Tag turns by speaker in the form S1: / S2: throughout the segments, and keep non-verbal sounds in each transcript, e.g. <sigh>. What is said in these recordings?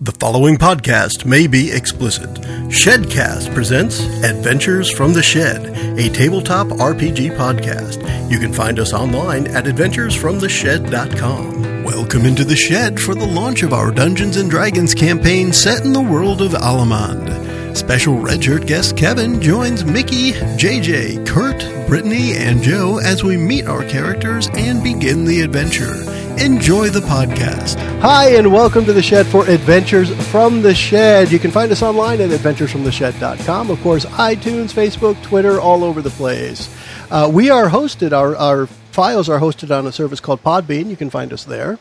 S1: The following podcast may be explicit. Shedcast presents Adventures from the Shed, a tabletop RPG podcast. You can find us online at adventuresfromtheshed.com. Welcome into the shed for the launch of our Dungeons and Dragons campaign set in the world of Alamond. Special Red Shirt guest Kevin joins Mickey, JJ, Kurt, Brittany, and Joe as we meet our characters and begin the adventure. Enjoy the podcast.
S2: Hi, and welcome to the Shed for Adventures from the Shed. You can find us online at adventuresfromtheshed.com. Of course, iTunes, Facebook, Twitter, all over the place. Uh, we are hosted, our, our files are hosted on a service called Podbean. You can find us there.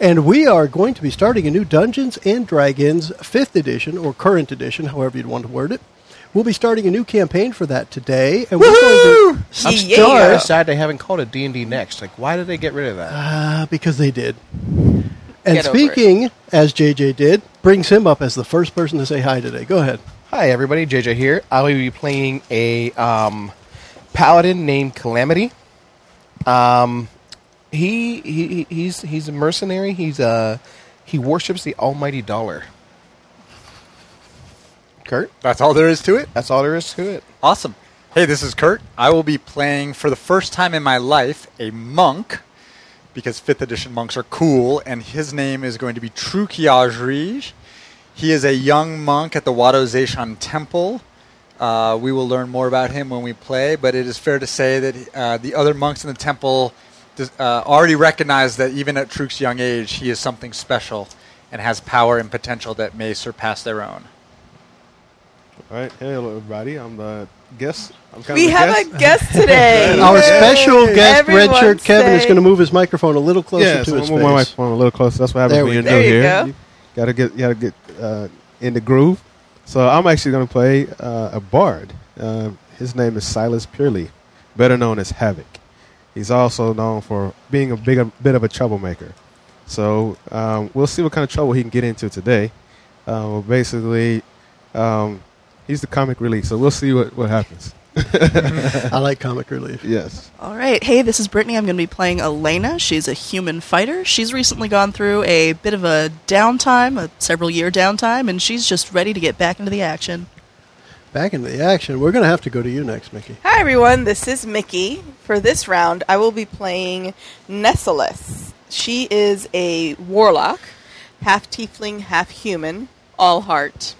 S2: And we are going to be starting a new Dungeons and Dragons 5th edition, or current edition, however you'd want to word it. We'll be starting a new campaign for that today, and we're going to
S3: I'm
S4: Yeah.
S3: still kind of sad they haven't called it D and D Next. Like, why did they get rid of that?
S2: Uh, because they did. And
S4: Get over it.
S2: speaking as JJ did, brings him up as the first person to say hi today. Go ahead.
S3: Hi, everybody. JJ here. I will be playing a um, paladin named Calamity. Um, he, he he- he's he's a mercenary. He's uh he worships the almighty dollar. Kurt,
S5: That's all there is to it.
S3: that's all there is to it.
S5: Awesome. Hey, this is Kurt. I will be playing for the first time in my life a monk because 5th edition monks are cool, and his name is going to be True Kiajri. He is a young monk at the Wado Zeishan Temple. Uh, we will learn more about him when we play, but it is fair to say that uh, the other monks in the temple dis- uh, already recognize that even at Truk's young age, he is something special and has power and potential that may surpass their own.
S6: All right, hello everybody. I'm the guest. I'm kind
S4: We
S6: of the
S4: have
S6: guest.
S4: a guest
S2: <laughs>
S4: today.
S2: Our special guest,
S4: Everyone
S2: Redshirt Kevin, is
S4: say-
S2: going to move his microphone a little closer
S6: yeah,
S2: to
S6: so
S2: his
S6: I'm on my
S2: face.
S6: microphone a little closer. That's what
S2: There
S6: happens
S2: we
S6: when
S2: go.
S6: you're new here.
S4: There you go.
S6: gotta get, you gotta get uh, in the groove. So I'm actually gonna play uh, a bard. Uh, his name is Silas Purley, better known as Havoc. He's also known for being a big, a bit of a troublemaker. So um, we'll see what kind of trouble he can get into today. Uh, well, basically, um, he's the comic relief. So we'll see what, what happens.
S2: I like comic relief.
S6: Yes.
S4: All right. Hey, this is Brittany. I'm going to be playing Elena. She's a human fighter. She's recently gone through a bit of a downtime, a several year downtime, and she's just ready to get back into the action.
S2: Back into the action. We're going to have to go to you next, Mickey.
S7: Hi everyone, this is Mickey. For this round, I will be playing Nessalus. She is a warlock, half tiefling, half human, all heart.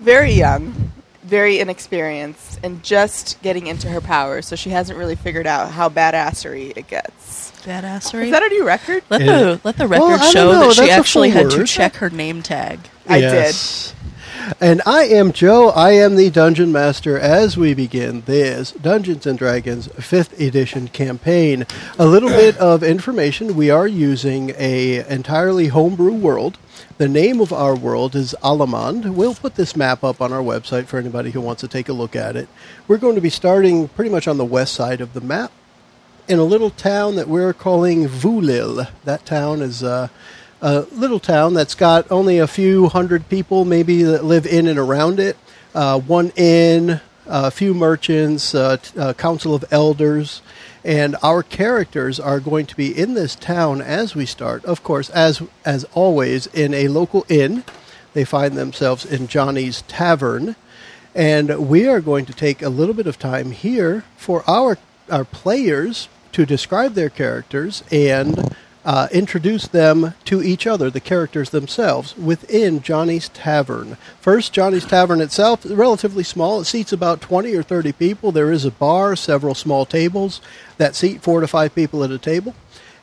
S7: Very young, very inexperienced, and just getting into her powers, so she hasn't really figured out how badassery it gets.
S4: Badassery.
S7: Is that a new record?
S4: let,
S2: Yeah.
S4: the, let the record
S2: Well, I don't
S4: show
S2: know.
S4: that she
S2: That's a
S4: actually
S2: full
S4: had to
S2: word.
S4: check her name tag.
S7: I
S2: did. And I am Joe. I am the Dungeon Master as we begin this Dungeons and Dragons 5th edition campaign. A little bit of information. We are using a entirely homebrew world. The name of our world is Alamond. We'll put this map up on our website for anybody who wants to take a look at it. We're going to be starting pretty much on the west side of the map in a little town that we're calling Vulil. That town is a, a little town that's got only a few hundred people, maybe, that live in and around it. Uh, one inn, a few merchants, a, a council of elders. And our characters are going to be in this town as we start, of course, as, as always, in a local inn. They find themselves in Johnny's Tavern. And we are going to take a little bit of time here for our our players to describe their characters and uh, introduce them to each other, the characters themselves, within Johnny's Tavern. First, Johnny's Tavern itself is relatively small. It seats about 20 or 30 people. There is a bar, several small tables that seat four to five people at a table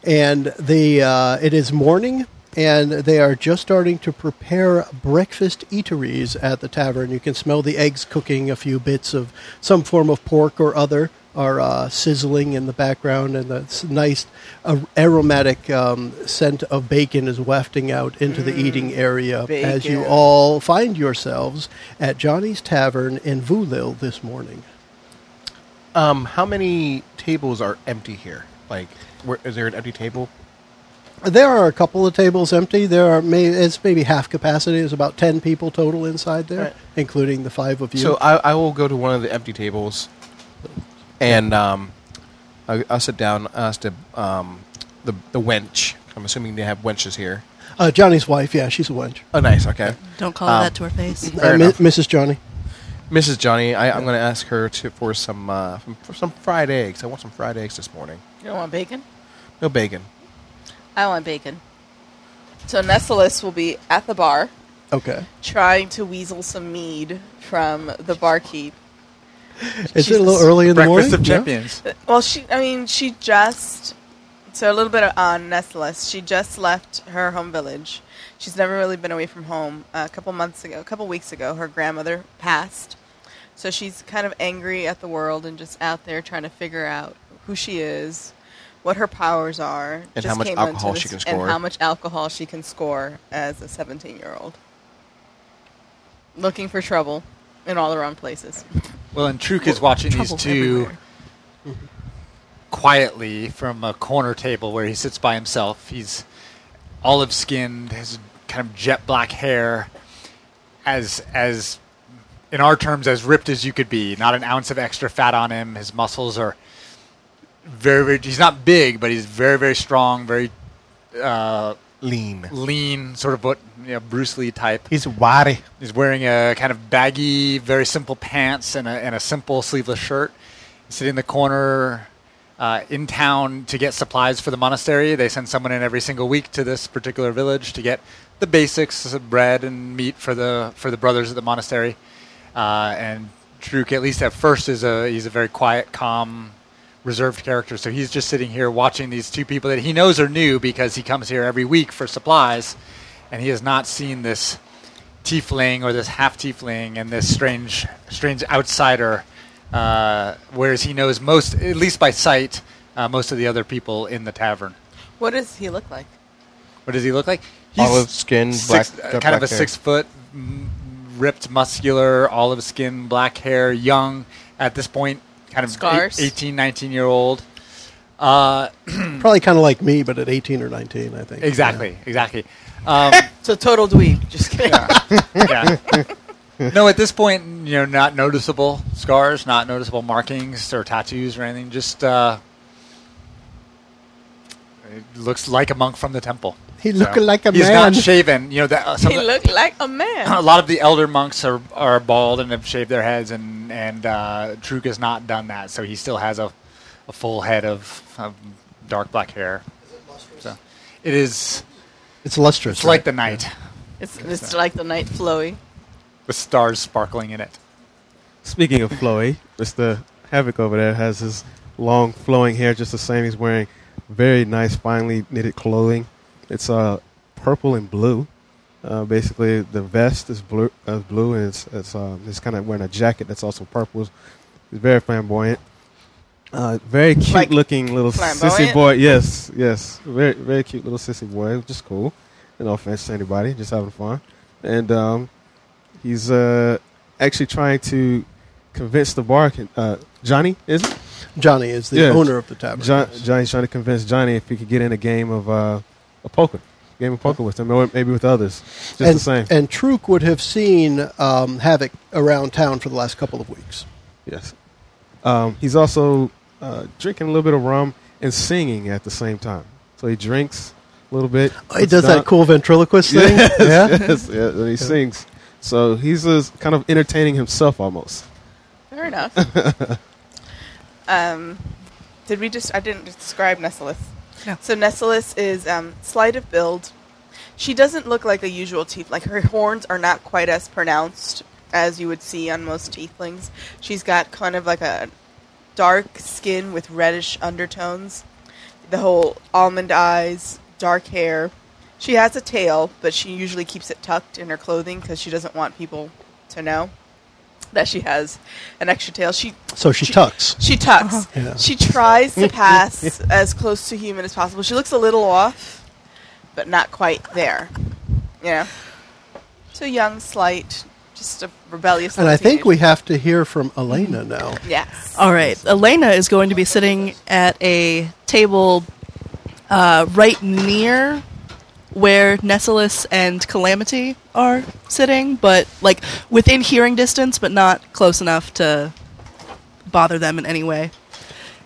S2: and the uh, it is morning and they are just starting to prepare breakfast eateries at the tavern you can smell the eggs cooking a few bits of some form of pork or other are uh, sizzling in the background and that's nice uh, aromatic um, scent of bacon is wafting out into the eating area as you
S7: bacon.
S2: all find yourselves at johnny's tavern in vulil this morning
S3: Um, how many tables are empty here? Like, where, is there an empty table?
S2: There are a couple of tables empty. There are may, it's maybe half capacity. There's about ten people total inside there,
S3: Right.
S2: including the five of you.
S3: So I, I will go to one of the empty tables, and um, I, I'll sit down. I'll ask the, um, the the wench. I'm assuming they have wenches here.
S2: Uh, Johnny's wife, yeah, she's a wench. Uh,
S3: Oh, nice. Okay.
S4: Don't call
S3: Um,
S4: that to her face.
S3: Fair
S2: mi-
S3: enough.
S2: Mrs. Johnny.
S3: Mrs. Johnny, I, I'm going to ask her to for some uh, for some fried eggs. I want some fried eggs this morning.
S7: You don't want bacon?
S3: No bacon.
S7: I want bacon. So Nessalus will be at the bar
S2: Okay.
S7: trying to weasel some mead from the barkeep.
S2: Is it a
S7: Jesus.
S2: little early in the morning?
S5: Breakfast of
S2: Yeah.
S5: Champions.
S7: Well, she, I mean, she just. So a little bit on Nessalus. She just left her home village. She's never really been away from home. a couple months ago, a couple weeks ago, her grandmother passed. So she's kind of angry at the world and just out there trying to figure out who she is, what her powers are,
S3: And
S7: just
S3: how much
S7: came onto
S3: alcohol she
S7: this-
S3: can score.
S7: and how much alcohol she can score as a 17-year-old. Looking for trouble in all the wrong places.
S5: Well, and Truk is watching these
S7: Trouble
S5: two
S7: everywhere.
S5: quietly from a corner table where he sits by himself. He's olive skinned, has kind of jet black hair, as as in our terms as ripped as you could be. Not an ounce of extra fat on him. His muscles are very very. He's not big, but he's very very strong, very uh,
S3: Lean.
S5: lean, sort of what you know, Bruce Lee type.
S3: He's wiry.
S5: He's wearing a kind of baggy, very simple pants and a, and a simple sleeveless shirt. Sitting in the corner uh, in town to get supplies for the monastery. They send someone in every single week to this particular village to get the basics of bread and meat for the for the brothers at the monastery. Uh, and Truk, at least at first, is a he's a very quiet, calm, reserved character. So he's just sitting here watching these two people that he knows are new because he comes here every week for supplies, and he has not seen this tiefling or this half tiefling and this strange strange outsider uh, whereas he knows most at least by sight uh, most of the other people in the tavern
S7: What does he look like?
S5: what does he look like
S6: Olive skin,
S5: six-
S6: black-
S5: uh,
S6: jet
S5: kind of
S6: black
S5: a
S6: hair.
S5: six foot m- ripped muscular olive skin black hair young at this point kind of
S7: Scars.
S5: eight- 18 19 year old uh,
S2: Probably kind of like me, but at 18 or 19, I think.
S5: exactly exactly um,
S7: So total dweeb. Just kidding.
S5: yeah. <laughs> No, at this point, you know, not noticeable scars, not noticeable markings or tattoos or anything. Just uh, it looks like a monk from the temple.
S2: He looking like a
S5: He's
S2: man.
S5: not shaven. You know, that, uh,
S7: <laughs>
S5: some
S7: He
S5: of the-
S7: looked like a
S5: <clears throat> <laughs> a
S7: man.
S5: lot of the elder monks are, are bald and have shaved their heads, and and uh, Truk has not done that, so he still has a, a full head of, of dark black hair. So it is.
S2: It's lustrous.
S5: It's
S2: right?
S5: like the night,
S7: It's, it's like the night flowy.
S5: the stars sparkling in it.
S6: Speaking of flowy, Mr. Havoc over there has his long flowing hair just the same. He's wearing very nice, finely knitted clothing. It's uh, purple and blue. Uh, basically, the vest is blue, uh, blue, and it's it's um, he's kind of wearing a jacket that's also purple. He's very flamboyant. Uh, very cute
S7: Like
S6: looking little
S7: flamboyant?
S6: sissy boy. Yes, yes, very very cute little sissy boy, which is cool. No offense to anybody, just having fun. And um, he's uh, actually trying to convince the bar. Uh, Johnny is it?
S2: Johnny is the
S6: Yeah.
S2: owner of the tavern.
S6: John, Johnny's trying to convince Johnny if he could get in a game of uh, a poker, game of poker with him, or maybe with others. Just
S2: and,
S6: the same.
S2: And Truk would have seen um, Havoc around town for the last couple of weeks.
S6: yes. Um, he's also uh, drinking a little bit of rum and singing at the same time. So he drinks a little bit.
S2: Oh, he does that cool ventriloquist thing. <laughs>
S6: yeah. <laughs> yes, yeah, and he sings. So he's just kind of entertaining himself almost.
S7: Fair enough. um, did we just? I didn't describe Nessalus.
S4: No.
S7: So Nessalus is um, slight of build. She doesn't look like a usual teeth. Like her horns are not quite as pronounced as you would see on most teethlings. She's got kind of like a dark skin with reddish undertones. The whole almond eyes, dark hair. She has a tail, but she usually keeps it tucked in her clothing because she doesn't want people to know that she has an extra tail. She
S2: So she tucks.
S7: she tucks.
S2: Yeah.
S7: She tries to pass as close to human as possible. She looks a little off, but not quite there. Yeah. So young, slight, just a rebellious.
S2: And I
S7: little
S2: think we Uh,
S7: teenager.
S2: have to hear from Elena now.
S7: Yes.
S4: All right. Elena is going to be sitting at a table uh, right near where Nessalus and Calamity are sitting, but like within hearing distance, but not close enough to bother them in any way.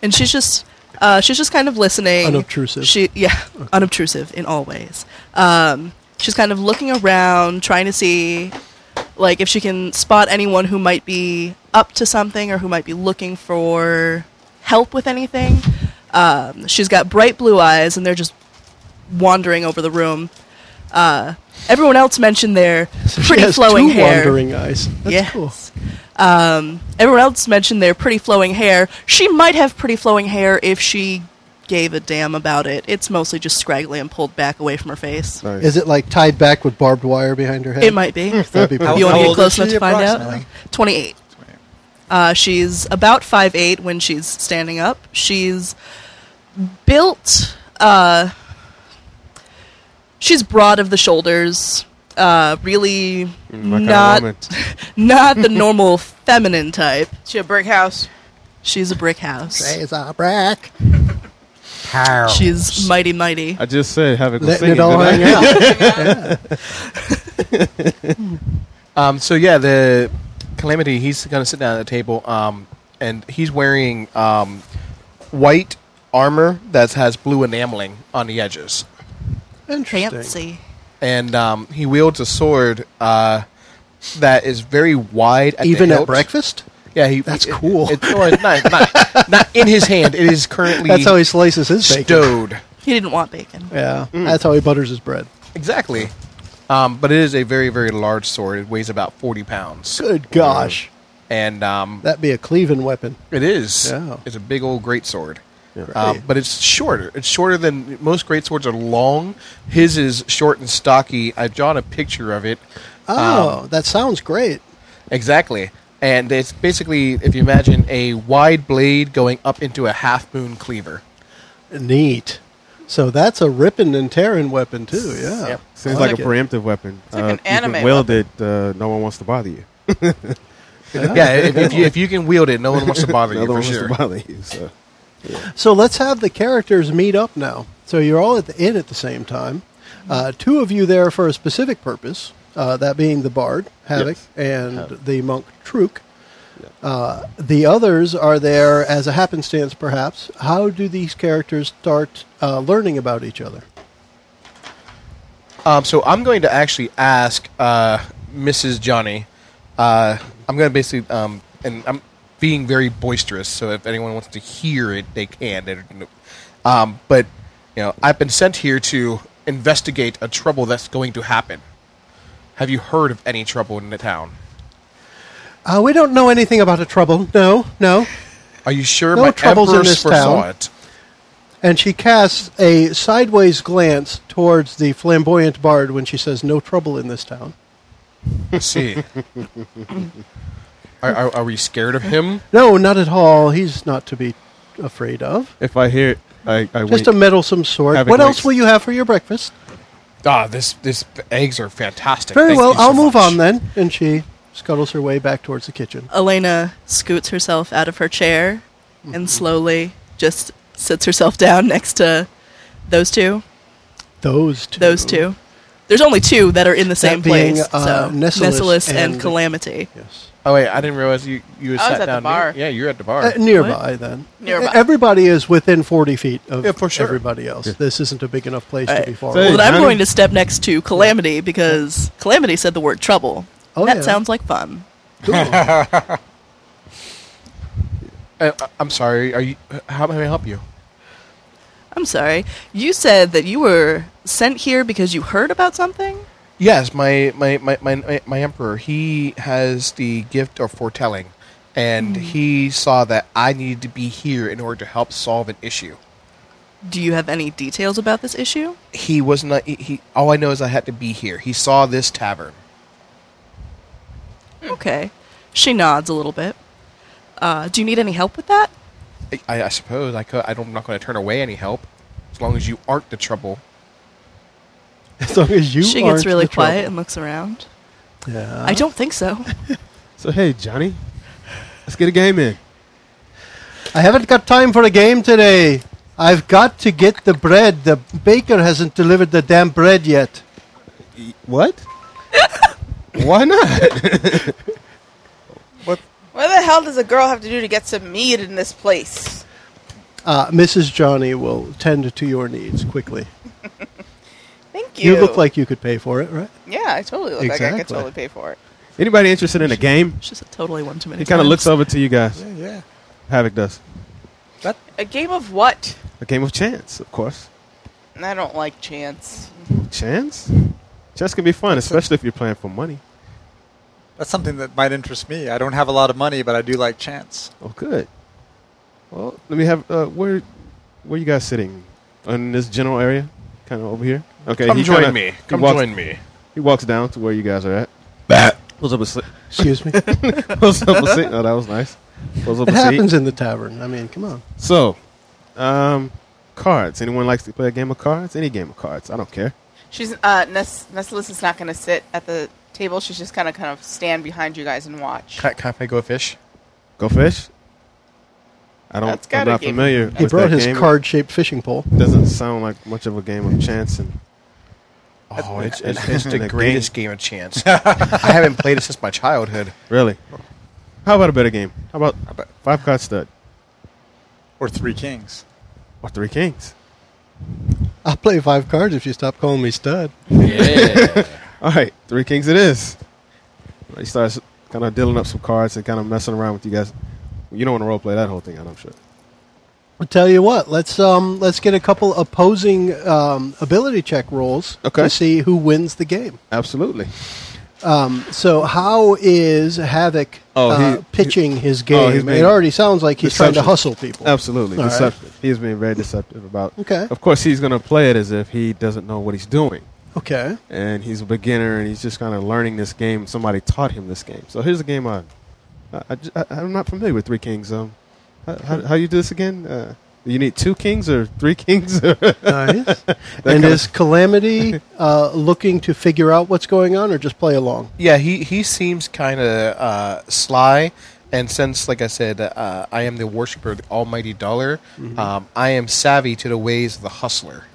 S4: And she's just. Uh, she's just kind of listening.
S2: Unobtrusive.
S4: She, yeah, unobtrusive in all ways. Um, she's kind of looking around, trying to see, like, if she can spot anyone who might be up to something or who might be looking for help with anything. Um, she's got bright blue eyes, and they're just wandering over the room. Uh, everyone else mentioned their
S2: So <laughs>
S4: pretty
S2: she has
S4: flowing
S2: two
S4: hair.
S2: wandering eyes. That's
S4: Yes.
S2: cool.
S4: Um, everyone else mentioned their pretty flowing hair. She might have pretty flowing hair if she gave a damn about it. It's mostly just scraggly and pulled back away from her face.
S6: Nice.
S2: Is it like tied back with barbed wire behind her head?
S4: It might be.
S2: That'd be pretty
S5: How-
S4: you want
S5: how
S4: to
S5: old
S4: get close
S5: is
S4: enough
S5: she
S4: to find out?
S5: approximately?
S4: 28. Uh, she's about 5'8 when she's standing up. She's built, uh, she's broad of the shoulders, uh, really
S6: My kinda
S4: not,
S6: mm, woman.
S4: <laughs> not the normal feminine type.
S7: She a brick house.
S4: She's a brick house.
S2: Raise a brick.
S4: She's mighty, mighty.
S6: I just said have it go
S2: Letting
S6: singing.
S2: it all
S6: <laughs>
S2: hang
S6: didn't I?
S2: out.
S4: <laughs>
S3: Um, so yeah, the calamity. He's going to sit down at the table, um, and he's wearing um, white armor that has blue enameling on the edges,
S2: Interesting.
S4: Fancy.
S3: and um, he wields a sword uh, that is very wide. At the
S2: Even at
S3: hilt.
S2: breakfast?
S3: Yeah, he,
S2: That's
S3: it-
S2: cool.
S3: It, no, it's not, not, not in his hand. It is currently
S2: That's how he slices his bacon.
S3: stowed.
S4: He didn't want bacon.
S2: Yeah,
S4: Mm.
S2: that's how he butters his bread.
S3: Exactly. Um, but it is a very, very large sword. It weighs about 40 pounds.
S2: Good gosh.
S3: And um,
S2: That'd be a cleaving weapon.
S3: it is.
S2: Yeah.
S3: It's a big old great sword. Um,
S2: Great.
S3: but it's shorter. It's shorter than most great swords are long. His is short and stocky. I've drawn a picture of it.
S2: Oh, that sounds great.
S3: Exactly. And it's basically, if you imagine, a wide blade going up into a half moon cleaver.
S2: Neat. So that's a ripping and tearing weapon too. Yeah.
S3: Yep.
S6: Seems
S2: I
S6: like,
S2: like
S6: a
S2: it.
S6: preemptive weapon. Uh,
S7: like an
S6: you can
S7: anime
S6: Wield it. Uh, no one wants to bother you.
S3: Yeah, if, if, you, if you can wield it, no one wants to bother
S6: <laughs> no
S3: you
S6: one
S3: Oh, for
S6: wants
S3: sure.
S6: to bother you. So.
S2: So let's have the characters meet up now. So you're all at the inn at the same time. Uh, two of you there for a specific purpose, uh, that being the bard Havoc
S6: Yes.
S2: and the monk Truk. Uh, the others are there as a happenstance, perhaps. How do these characters start uh, learning about each other?
S3: Um, so I'm going to actually ask uh, Mrs. Johnny. Uh, I'm going to basically, um, and I'm being very boisterous, so if anyone wants to hear it, they can. They don't- Um, but you know, I've been sent here to investigate a trouble that's going to happen. Have you heard of any trouble in the town?
S2: Uh, we don't know anything about a trouble. No, no.
S3: Are you sure
S2: No
S3: my
S2: troubles in
S3: empress
S2: this
S3: foresaw
S2: town.
S3: it?
S2: And she casts a sideways glance towards the flamboyant bard when she says, No trouble in this town.
S3: Let's see. <laughs> are, are, are we scared of him?
S2: No, not at all. He's not to be afraid of.
S6: If I hear it, I, I
S2: Just
S6: wait.
S2: a meddlesome sort.
S6: Have it
S2: What
S6: wait.
S2: else will you have for your breakfast?
S3: Ah, this this eggs are fantastic.
S2: Very
S3: Thank
S2: well,
S3: you so
S2: I'll move
S3: much.
S2: on then. And she scuttles her way back towards the kitchen.
S4: Elena scoots herself out of her chair
S2: Mm-hmm.
S4: and slowly just sits herself down next to those two.
S2: Those two.
S4: Those two. There's only two that are in the same
S2: being,
S4: place.
S2: uh,
S4: so
S2: Nessalus
S4: Nessalus and,
S2: and-
S4: Calamity.
S2: Yes.
S3: Oh wait, I didn't realize you you had
S7: I was
S3: sat
S7: at the
S3: down.
S7: bar.
S3: Yeah, you're at the bar.
S2: Uh, nearby, then. E,
S7: Nearby.
S2: Everybody is within 40 feet of
S3: Yeah, for sure.
S2: everybody else. This isn't a big enough place to
S4: Alright.
S2: be far
S6: So-
S2: away.
S4: Well, then I'm
S6: Johnny.
S4: going to step next to Calamity because Calamity said the word trouble.
S2: Oh,
S4: that
S2: yeah.
S4: sounds like fun.
S3: Uh, I- I'm sorry. Are you? uh, How may I help you?
S4: I'm sorry. You said that you were sent here because you heard about something?
S3: Yes, my my my my, my, my emperor. He has the gift of foretelling, and
S7: Hmm.
S3: he saw that I needed to be here in order to help solve an issue.
S4: Do you have any details about this issue?
S3: He was not. He, he all I know is I had to be here. He saw this tavern.
S4: Okay. She nods a little bit. Uh, do you need any help with that?
S3: I- I, I suppose I could. I don't, I'm not going to turn away any help, as long as you aren't the trouble.
S2: as long as you
S4: she
S2: aren't
S4: gets really
S2: the trouble. Uh,
S4: quiet and looks around.
S2: Yeah.
S4: I don't
S2: <laughs>
S4: think so.
S6: So hey, Johnny, let's get a game in.
S2: I haven't got time for a game today. I've got to get the bread. The baker hasn't delivered the damn bread yet.
S6: What? <laughs> Why not? <laughs>
S7: What the hell does a girl have to do to get some meat in this place?
S2: Uh, Mrs. Johnny will tend to your needs quickly.
S7: Thank you.
S2: look like you could pay for it, right?
S7: Yeah, I totally look like I could
S6: Exactly.
S7: totally pay for it.
S6: Anybody interested in a game?
S4: It's just a totally one too many.
S6: He kind of
S4: times.
S6: looks over to you guys.
S3: Yeah, yeah.
S6: Havoc does.
S7: A game of what?
S6: A game of chance, of course.
S7: I don't like chance.
S6: Chance? Chance can be fun, especially if you're playing for money.
S5: That's something that might interest me. I don't have a lot of money, but I do like chance.
S6: Oh, good. Well, let me have. Uh, where, where you guys sitting? In this general area, kind of over here. Okay,
S3: Come
S6: he
S3: join
S6: kinda-
S3: me.
S6: he
S3: Come
S6: walks-
S3: join me.
S6: He walks down to where you guys are at. Pulls up a seat. <laughs>
S2: Excuse me. it
S6: Pulls up a seat. Oh, that was nice. Pulls up a seat.
S2: happens in the tavern. I mean, come on.
S6: So, um, cards. Anyone likes to play a game of cards? Any game of cards. I don't care.
S7: She's uh, Nes- Nestalis is not going to sit at the table. She's just going to kind of stand behind you guys and watch.
S3: Can, can I play Go Fish?
S6: Go fish. I don't.
S7: That's
S6: I'm
S7: gotta
S6: not
S7: give-
S6: familiar.
S2: He
S6: with
S2: brought
S6: that
S2: his
S6: game.
S2: card-shaped fishing pole.
S6: Doesn't sound like much of a game of chance. And
S3: Oh, it's,
S6: it's-
S3: it's, <laughs>
S6: it's
S3: the
S6: a
S3: greatest game of <laughs> chance. I haven't played it since my childhood.
S6: really, how about a better game? How about
S5: about-
S6: five card stud
S5: Or three kings.
S6: or three kings?
S2: I'll play five cards if you stop calling me stud.
S8: Yeah.
S6: All right, three kings it is. He starts kind of dealing up some cards and kind of messing around with you guys. You don't want to role play that whole thing out, I'm sure.
S2: I'll tell you what. Let's um let's get a couple opposing um, ability check rolls
S6: Okay.
S2: to see who wins the game.
S6: Absolutely.
S2: Um, so how is Havoc
S6: Oh,
S2: uh,
S6: he-
S2: pitching his
S6: oh,
S2: game?
S6: he's
S2: it
S6: being
S2: already sounds like he's trying to
S6: deceptive.
S2: hustle people.
S6: Absolutely.
S2: All right.
S6: deceptive. He is being very deceptive about.
S2: Okay.
S6: Of course, he's going to play it as if he doesn't know what he's doing.
S2: Okay.
S6: And he's a beginner and he's just kind of learning this game. Somebody taught him this game. So here's a game I, I, I, ju- I- I'm not familiar with Three Kings. Um, how, <laughs> how, how you do this again? Uh, you need two kings or three
S2: <laughs>
S6: kings? <laughs>
S2: Nice. and
S6: kinda-
S2: is Calamity uh, looking to figure out what's going on, or just play along?
S3: Yeah, he, he seems kind of uh, sly. And since, like I said, uh, I am the worshiper of the almighty dollar, um, I am savvy to the ways of the hustler.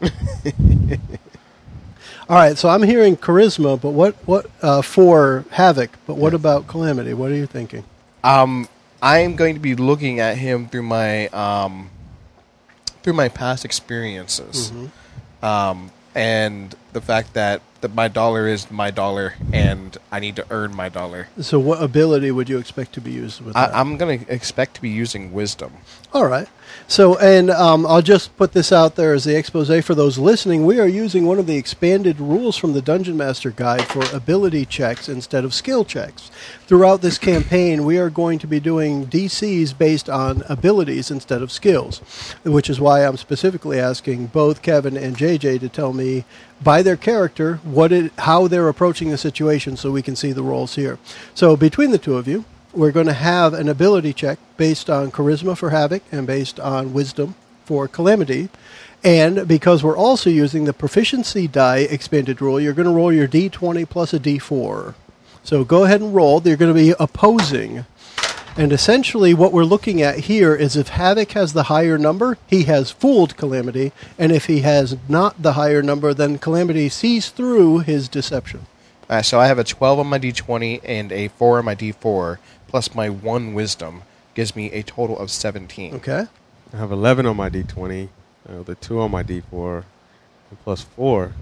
S2: All right. So I'm hearing charisma, but what what uh, for Havoc? But what about Calamity? What are you thinking?
S3: um, I am going to be looking at him through my um, through my past experiences,
S2: Mm-hmm.
S3: um, and the fact that that my dollar is my dollar, and I need to earn my dollar.
S2: So what ability would you expect to be used with
S3: I,
S2: that?
S3: I'm going to expect to be using wisdom.
S2: All right. So, and um, I'll just put this out there as the expose for those listening. We are using one of the expanded rules from the Dungeon Master Guide for ability checks instead of skill checks. Throughout this campaign, we are going to be doing DCs based on abilities instead of skills, which is why I'm specifically asking both Kevin and JJ to tell me by their character what it, how they're approaching the situation so we can see the roles here. So, between the two of you, we're going to have an ability check based on charisma for havoc and based on wisdom for calamity and because we're also using the proficiency die expanded rule you're going to roll your d20 plus a d4 so go ahead and roll they're going to be opposing and essentially what we're looking at here is if havoc has the higher number he has fooled calamity and if he has not the higher number then calamity sees through his deception
S3: Uh, so I have a 12 on my d20 and a 4 on my d4, plus my 1 wisdom gives me a total of 17.
S2: okay
S6: I have 11 on my D20, the 2 on my D4, and plus 4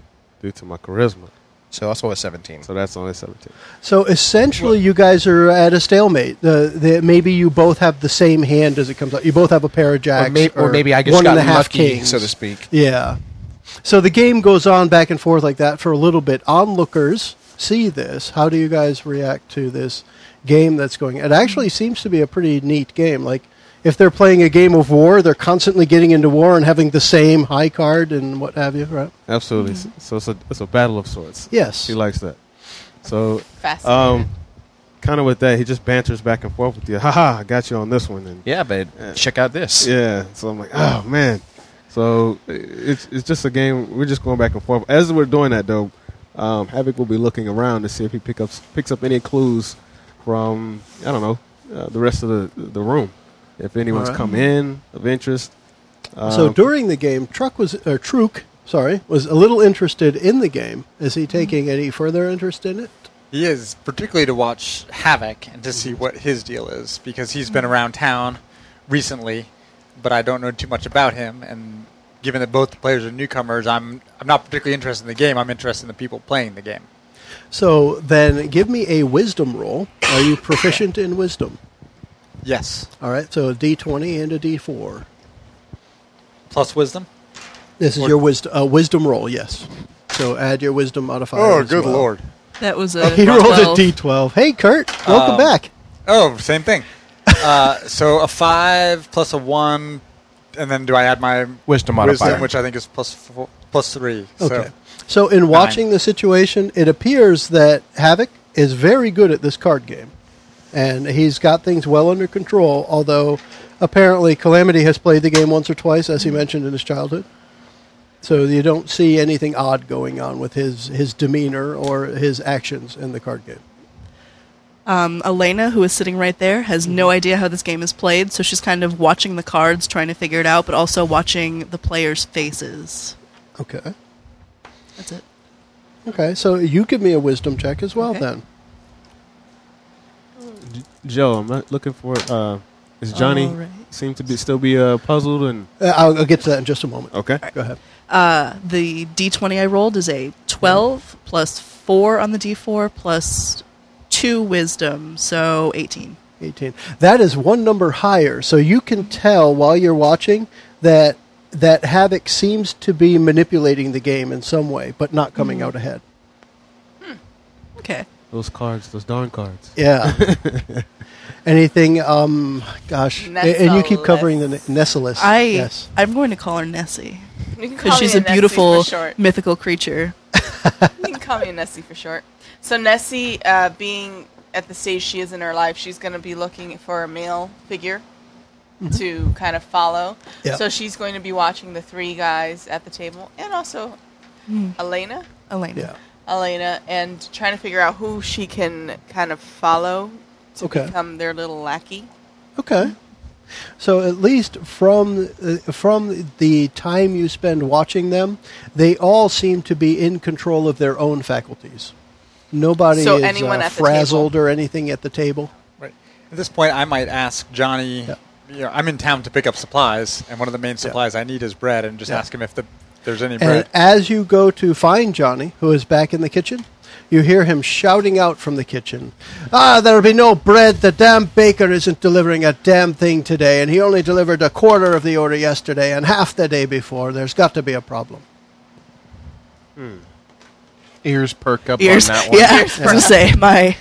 S6: due to my charisma.
S3: So also a 17.
S6: So that's only 17.
S2: So essentially, you guys are at a stalemate. The, the, maybe you both have the same hand as it comes out. You both have a pair of jacks,
S3: or, may- or maybe I just
S2: one and
S3: got
S2: a half
S3: lucky,
S2: kings,
S3: so to speak.
S2: Yeah. So the game goes on back and forth like that for a little bit. Onlookers see this. How do you guys react to this game that's going? It actually seems to be a pretty neat game. Like if they're playing a game of war, they're constantly getting into war and having the same high card and what have you, right?
S6: Absolutely. So it's a, it's a battle of sorts.
S2: Yes.
S6: He likes that. So,
S7: Fascinating.
S6: um, kind of with that, he just banters back and forth with you. Haha, I got you on this one. And
S3: Yeah, but check out this.
S6: <laughs> Yeah. So I'm like, oh man. So i- it's it's just a game. We're just going back and forth. As we're doing that, though, um, Havoc will be looking around to see if he pick up, picks up any clues from I don't know uh, the rest of the the room. If anyone's
S2: Alright.
S6: come in of interest.
S2: So
S6: Um,
S2: during the game, Truck was or Truk, sorry, was a little interested in the game. Is he taking any further interest in it?
S5: He is, particularly to watch Havoc and to see what his deal is, because he's been around town recently, but I don't know too much about him, and given that both the players are newcomers, I'm I'm not particularly interested in the game. I'm interested in the people playing the game.
S2: So then give me a wisdom roll. Are you proficient in wisdom?
S5: Yes.
S2: All right, so a d20 and a d4.
S5: Plus wisdom.
S2: This is your wisdom, uh, wisdom roll, yes. So add your wisdom modifier.
S5: Oh,
S2: as well.
S4: That was a.
S2: <laughs> He rolled a
S4: 12.
S2: d12. Hey, Kurt, welcome
S5: Um,
S2: back.
S5: Oh, same thing. uh, so a five plus a one, and then do I add my
S3: Wisdom
S5: wisdom,
S3: modifier.
S5: which I think is plus four, plus three?
S2: Okay.
S5: So
S2: So, in watching the situation, it appears that Havoc is very good at this card game. And he's got things well under control, although apparently Calamity has played the game once or twice, as he mentioned in his childhood. So you don't see anything odd going on with his, his demeanor or his actions in the card game.
S4: Um, Elena, who is sitting right there, has no
S2: Mm-hmm.
S4: idea how this game is played, so she's kind of watching the cards, trying to figure it out, but also watching the players' faces.
S2: Okay.
S4: That's it.
S2: Okay, so you give me a wisdom check as well
S4: Okay.
S2: then.
S6: Joe, I'm not looking for. Uh, is Johnny
S4: All right.
S6: seem to be still be uh, puzzled and
S2: Uh, I'll, I'll get to that in just a moment.
S6: okay?
S2: Go ahead.
S4: Uh, the d20 I rolled is a 12
S2: Mm-hmm.
S4: plus 4 on the d4 plus 2 wisdom, so 18.
S2: 18. That is one number higher. So you can tell while you're watching that that Havoc seems to be manipulating the game in some way, but not coming out ahead.
S4: Okay.
S6: Those cards, those darn cards.
S2: Yeah. Anything? Um, gosh, A- and you keep covering the Nessalus.
S4: I
S2: yes.
S4: I'm going to call her Nessie
S2: Oh.
S7: You can
S4: because
S7: call
S4: she's
S7: me
S4: a
S7: Nessie for
S4: beautiful
S7: short.
S4: mythical creature.
S7: You can call me a Nessie for short. So Nessie, uh, being at the stage she is in her life, she's going to be looking for a male figure to kind of follow.
S2: Mm-hmm. Yeah.
S7: So she's going to be watching the three guys at the table, and also
S4: Hmm.
S7: Elena,
S4: Elena.
S2: Yeah.
S7: Elena, and trying to figure out who she can kind of follow to
S2: Okay.
S7: become their little lackey.
S2: Okay. So at least from uh, from the time you spend watching them, they all seem to be in control of their own faculties. Nobody
S7: So
S2: is
S7: anyone
S2: uh,
S7: at the table.
S2: frazzled or anything at the table.
S5: right. At this point, I might ask Johnny.
S2: Yeah.
S5: You know, I'm in town to pick up supplies, and one of the main supplies I need is bread, and just
S2: Yeah.
S5: ask him if the, there's any
S2: And
S5: bread.
S2: as you go to find Johnny, who is back in the kitchen, you hear him shouting out from the kitchen, Ah, there'll be no bread. The damn baker isn't delivering a damn thing today, and he only delivered a quarter of the order yesterday and half the day before. There's got to be a problem.
S3: Ears perk up
S4: Ears.
S3: on that one.
S4: Yeah. I was gonna say my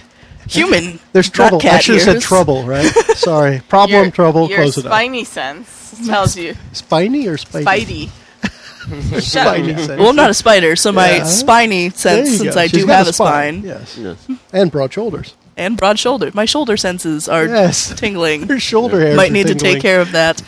S4: human.
S2: <laughs> There's
S4: not
S2: trouble. I
S4: cat
S2: should have said
S4: ears.
S2: trouble, right?
S4: <laughs>
S2: Sorry. Problem,
S7: Your-
S2: trouble,
S7: your
S2: close it up.
S7: spiny sense tells you,
S2: Spiny or spidey?
S7: Spidey. Shut up.
S2: Spiny sense.
S4: Well, I'm not a spider, so my
S2: Yeah.
S4: spiny
S2: There
S4: sense,
S2: you
S4: since
S2: go.
S4: I
S2: She's
S4: do
S2: got
S4: have a spine,
S2: Yes.
S6: Yes.
S2: And broad shoulders.
S4: and broad shoulder, my shoulder senses are
S2: Yes. <laughs>
S4: tingling.
S2: Her shoulder hairs
S4: Might
S2: are
S4: need to
S2: tingling.
S4: take care of that.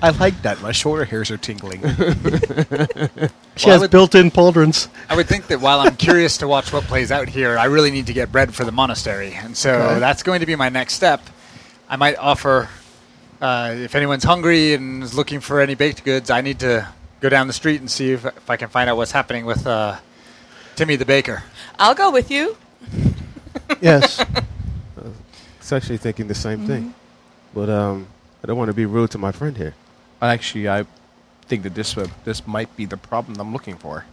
S3: I like that. My shoulder hairs are
S4: <laughs>
S3: tingling.
S2: She
S5: Well, I
S2: has
S5: would-
S2: built-in
S4: <laughs>
S2: pauldrons.
S5: I would think that while I'm curious to watch what plays out here, I really need to get bread for the monastery, and so that's going to be my next step. I might offer, uh, if anyone's hungry and is looking for any baked goods, I need to go down the street and see if, if I can find out what's happening with uh, Timmy the baker.
S7: I'll go with you.
S2: Yes. <laughs>
S6: It's actually thinking the same thing,
S4: Mm-hmm.
S6: but um, I don't want to be rude to my friend here.
S3: Actually, I think that this uh, this might be the problem I'm looking for.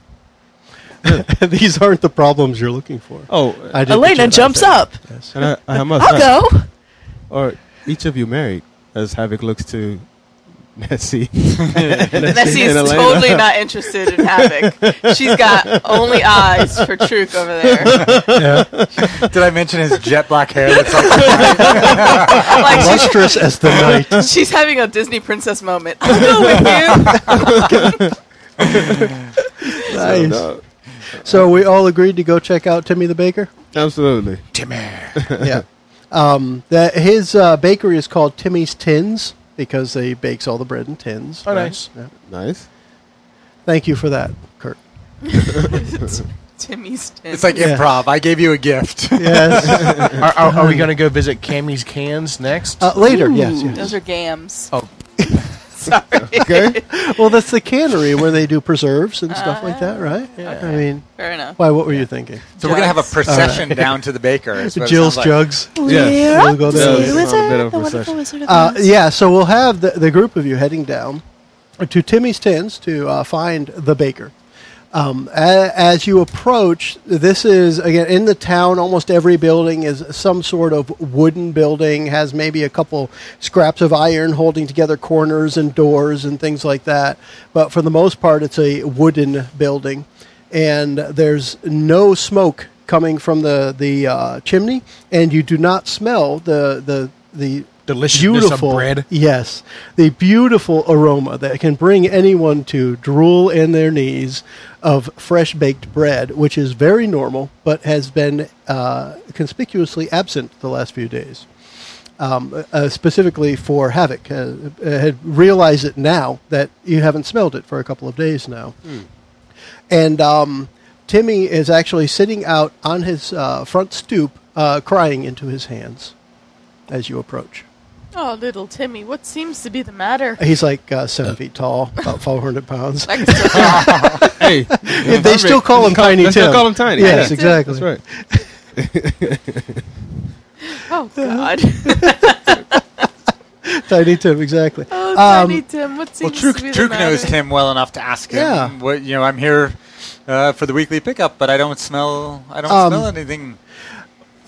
S2: These aren't the problems you're looking for.
S6: Oh,
S2: I did the
S4: Elena
S2: Jedi
S4: jumps
S2: thing.
S4: up.
S2: Yes.
S6: and I, I must.
S4: I'll
S6: ask,
S4: go.
S6: Are each of you married? As Havoc looks to Nessie.
S7: <laughs> Nessie is
S6: and Elena. <laughs>
S7: totally not interested in Havoc. She's got only eyes for Truth over
S6: <laughs>
S7: there.
S5: <laughs> Did I mention his jet black hair? That's like,
S7: Like she's,
S2: Lustrous as the night.
S7: she's having a Disney princess moment. I'll go with you.
S2: Nice. So we all agreed to go check out Timmy the Baker.
S6: Absolutely.
S3: Timmy.
S2: yeah. Um, that his uh, bakery is called Timmy's Tins because they bakes all the bread in tins.
S3: Oh, nice.
S6: Nice.
S2: Thank you for that, Kurt.
S7: Timmy's tin.
S5: it's like
S2: Yeah.
S5: improv. I gave you a gift.
S2: Yes.
S3: Are, are, are we going to go visit Cammy's Cans next?
S2: <laughs> uh, later, yes. yes.
S7: those are gams.
S3: Oh.
S7: sorry.
S6: Okay.
S2: Well, that's the cannery where they do preserves and stuff like
S7: Uh-huh.
S2: that, right? I mean,
S7: Fair enough.
S2: why? What were you thinking?
S5: So we're gonna have a
S7: Jugs.
S5: procession down to the baker. <laughs> is what it
S2: Jill's
S5: sounds like.
S2: jugs.
S6: Yes.
S2: We'll go
S6: Yeah,
S2: there.
S7: Mm-hmm.
S6: it's not a bit of a recession.
S2: Uh, yeah, so we'll have the, the group of you heading down. to Timmy's Tins to uh, find the baker. Um, a- as you approach, this is again in the town. Almost every building is some sort of wooden building, has maybe a couple scraps of iron holding together corners and doors and things like that. But for the most part, it's a wooden building, and there's no smoke coming from the the uh, chimney, and you do not smell the the the
S3: Deliciousness of
S2: beautiful
S3: bread.
S2: Yes, the beautiful aroma that can bring anyone to drool in their knees of fresh baked bread, which is very normal but has been uh, conspicuously absent the last few days. Um, uh, specifically for Havoc, uh, uh, had realized it now that you haven't smelled it for a couple of days now. And um, Timmy is actually sitting out on his uh, front stoop, uh, crying into his hands as you approach.
S8: Oh, little Timmy, what seems to be the
S2: <laughs>
S8: matter?
S2: He's like uh, seven feet tall, <laughs> about 400 pounds.
S7: Like, so-
S6: <laughs> hey,
S2: they still call him Tiny
S6: They still
S2: Tim.
S6: call him Tiny.
S2: Yes,
S6: yeah.
S2: exactly.
S6: That's right.
S8: Oh, God.
S2: Tiny Tim, exactly.
S8: Oh, Tiny Tim, what
S5: Well,
S8: seems
S5: True,
S8: to be
S5: True
S8: the matter?
S5: knows Tim well enough to ask him.
S2: Yeah.
S5: What you know, I'm here uh, for the weekly pickup, but I don't smell. I don't
S2: Um,
S5: smell anything.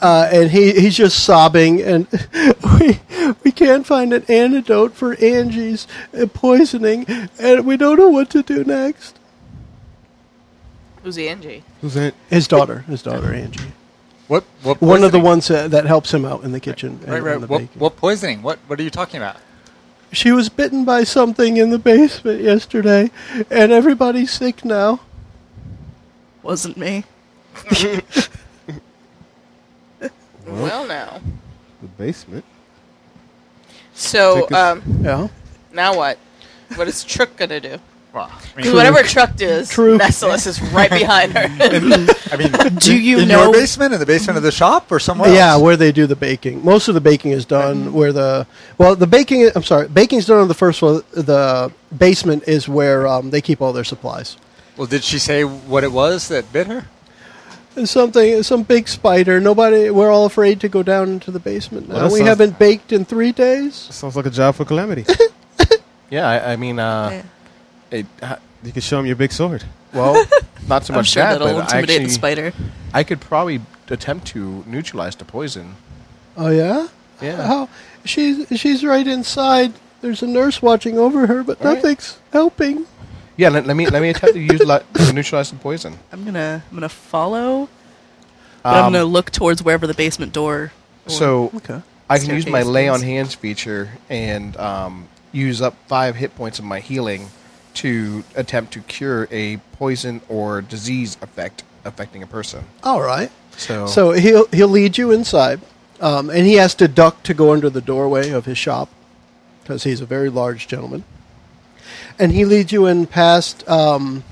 S2: Uh, and he, he's just sobbing, and <laughs> we, we can't find an antidote for Angie's uh, poisoning, and we don't know what to do next.
S7: Who's Angie?
S6: Who's that?
S2: His daughter, his daughter Angie.
S5: What? What?
S2: One of the
S5: poisoning?
S2: ones that, that helps him out in the kitchen. and
S5: Right,
S2: in
S5: right.
S2: the
S5: What,
S2: baking.
S5: what poisoning? What? What are you talking about?
S2: She was bitten by something in the basement yesterday, and everybody's sick now.
S4: Wasn't me.
S7: Well, now.
S6: The basement.
S7: So
S6: Take us-
S7: um,
S2: Yeah.
S7: now what? What is Truck gonna do?
S5: Well, I
S7: Because
S5: mean,
S7: whatever Truck does,
S2: True.
S7: Nessalus is right behind her.
S5: I
S2: <laughs>
S5: mean,
S4: Do you
S5: in
S4: know?
S5: your basement, in the basement of the shop, or somewhere?
S2: Yeah,
S5: else?
S2: where they do the baking. Most of the baking is done where the well, the baking. I'm sorry, baking's done on the first floor. The basement is where um, they keep all their supplies.
S5: Well, did she say what it was that bit her?
S2: And Something, some big spider. Nobody. We're all afraid to go down into the basement now.
S6: Well, that
S2: we
S6: sounds-
S2: haven't baked in three days.
S6: Sounds like a job for <laughs> Calamity.
S3: Yeah, I, I mean, uh,
S4: Yeah.
S3: it, uh,
S6: you can show him your big sword.
S4: <laughs>
S3: well, not so
S4: I'm
S3: much
S4: sure
S3: that,
S4: that'll
S3: but I
S4: intimidate
S3: actually,
S4: the spider.
S3: I could probably attempt to neutralize the poison.
S2: Oh yeah.
S3: Yeah.
S4: <laughs>
S2: How? She's she's right inside. There's a nurse watching over her, but
S3: Right.
S2: nothing's helping.
S3: Yeah, let, let me let me attempt to use li- to neutralize the poison.
S4: I'm gonna I'm gonna follow, but I'm gonna look towards wherever the basement door. or-
S3: Um, So
S2: Okay.
S3: I can use my
S4: Staircase
S3: lay on
S4: is.
S3: hands feature and um, use up five hit points of my healing to attempt to cure a poison or disease effect affecting a person.
S2: All right.
S3: So,
S2: So he'll he'll lead you inside, um, and he has to duck to go under the doorway of his shop because he's a very large gentleman. And he leads you in past um,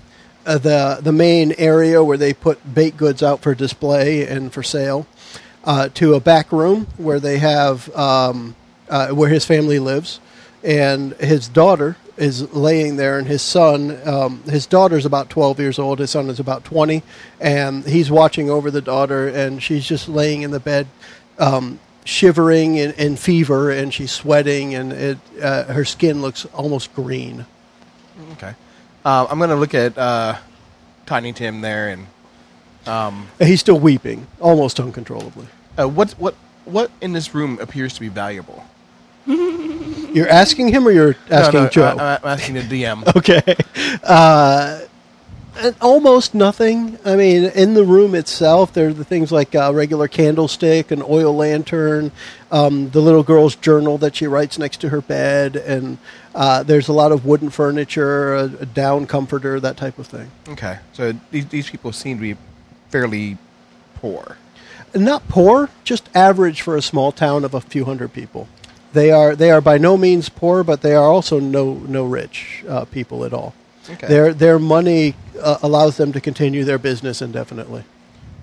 S2: uh, the the main area where they put baked goods out for display and for sale uh, to a back room where they have um, uh, where his family lives, and his daughter is laying there, and his son, um, his daughter's about twelve years old, his son is about twenty, and he's watching over the daughter, and she's just laying in the bed. Um, shivering and, and fever and she's sweating and it, uh, her skin looks almost green
S3: okay, uh, I'm gonna look at uh, Tiny Tim there and
S2: He's still weeping, almost uncontrollably.
S3: uh, what what what in this room appears to be valuable.
S2: You're asking him, or you're asking
S3: no, no,
S2: Joe?
S3: I, am asking the DM.
S2: okay. Uh, and almost nothing. I mean, in the room itself, there are the things like a regular candlestick, an oil lantern, um, the little girl's journal that she writes next to her bed, and uh, there's a lot of wooden furniture, a, a down comforter, that type of thing.
S3: <laughs> okay, so these, these people seem to be fairly poor.
S2: not poor, just average for a small town of a few hundred people. They are they are by no means poor, but they are also no no rich uh, people at all.
S3: Okay.
S2: Their their money uh, allows them to continue their business indefinitely.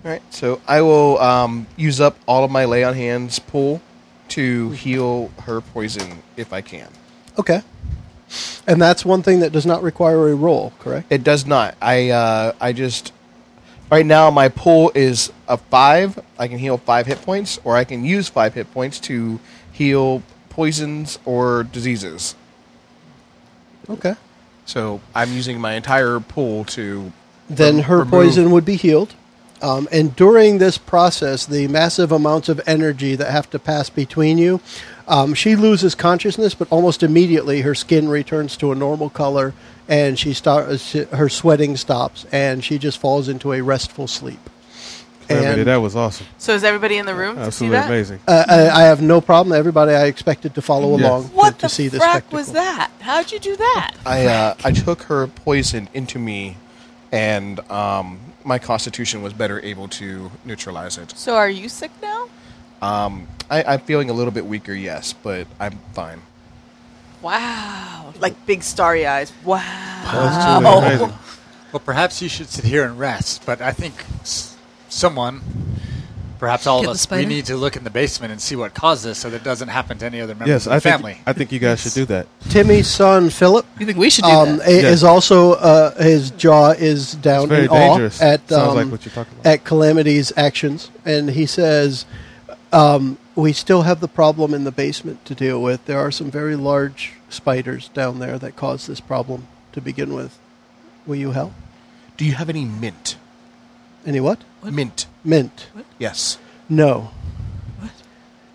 S3: All right, so I will um, use up all of my lay on hands pool to heal her poison if I can.
S2: Okay, and that's one thing that does not require a roll, correct?
S3: It does not. I uh, I just right now my pool is a five. I can heal five hit points, or I can use five hit points to heal poisons or diseases.
S2: Okay,
S3: So I'm using my entire pool to.
S2: then
S3: rem-
S2: her
S3: remove-
S2: poison would be healed. Um, and during this process, the massive amounts of energy that have to pass between you, um, she loses consciousness, but almost immediately her skin returns to a normal color, and she starts her sweating stops, and she just falls into a restful sleep.
S6: Everybody,
S2: And
S6: that was awesome.
S8: So is everybody in the room to see
S6: Absolutely
S8: that?
S6: amazing.
S2: uh, I, I have no problem. Everybody I expected to follow
S6: Yeah.
S2: along
S7: What
S2: to,
S7: the
S2: to see this
S7: frack
S2: spectacle.
S7: was that? How'd you do that?
S3: I uh, I took her poison into me, and um, my constitution was better able to neutralize it.
S7: So are you sick now?
S3: Um, I, I'm feeling a little bit weaker, yes, but I'm fine.
S7: Wow. Like big starry eyes. Wow.
S6: Absolutely amazing.
S5: Well, perhaps you should sit here and rest, but I think s- someone, perhaps all of
S4: Get the
S5: us, we
S4: spider?
S5: need to look in the basement and see what caused this so that it doesn't happen to any other member
S6: Yes,
S5: of the
S6: I think
S5: family.
S6: I think you guys should do that.
S2: Timmy's son, Philip,
S4: You think we should do
S2: um,
S4: that?
S2: i-
S6: Yeah.
S2: is also uh, his jaw is down
S6: It's very
S2: in awe
S6: dangerous.
S2: at
S6: Sounds
S2: um,
S6: like what you're talking about.
S2: at Calamity's actions, and he says, um, "We still have the problem in the basement to deal with. There are some very large spiders down there that caused this problem to begin with. Will you help?
S3: Do you have any mint?
S2: Any what?
S3: Mint.
S2: Mint?
S3: Yes.
S2: No."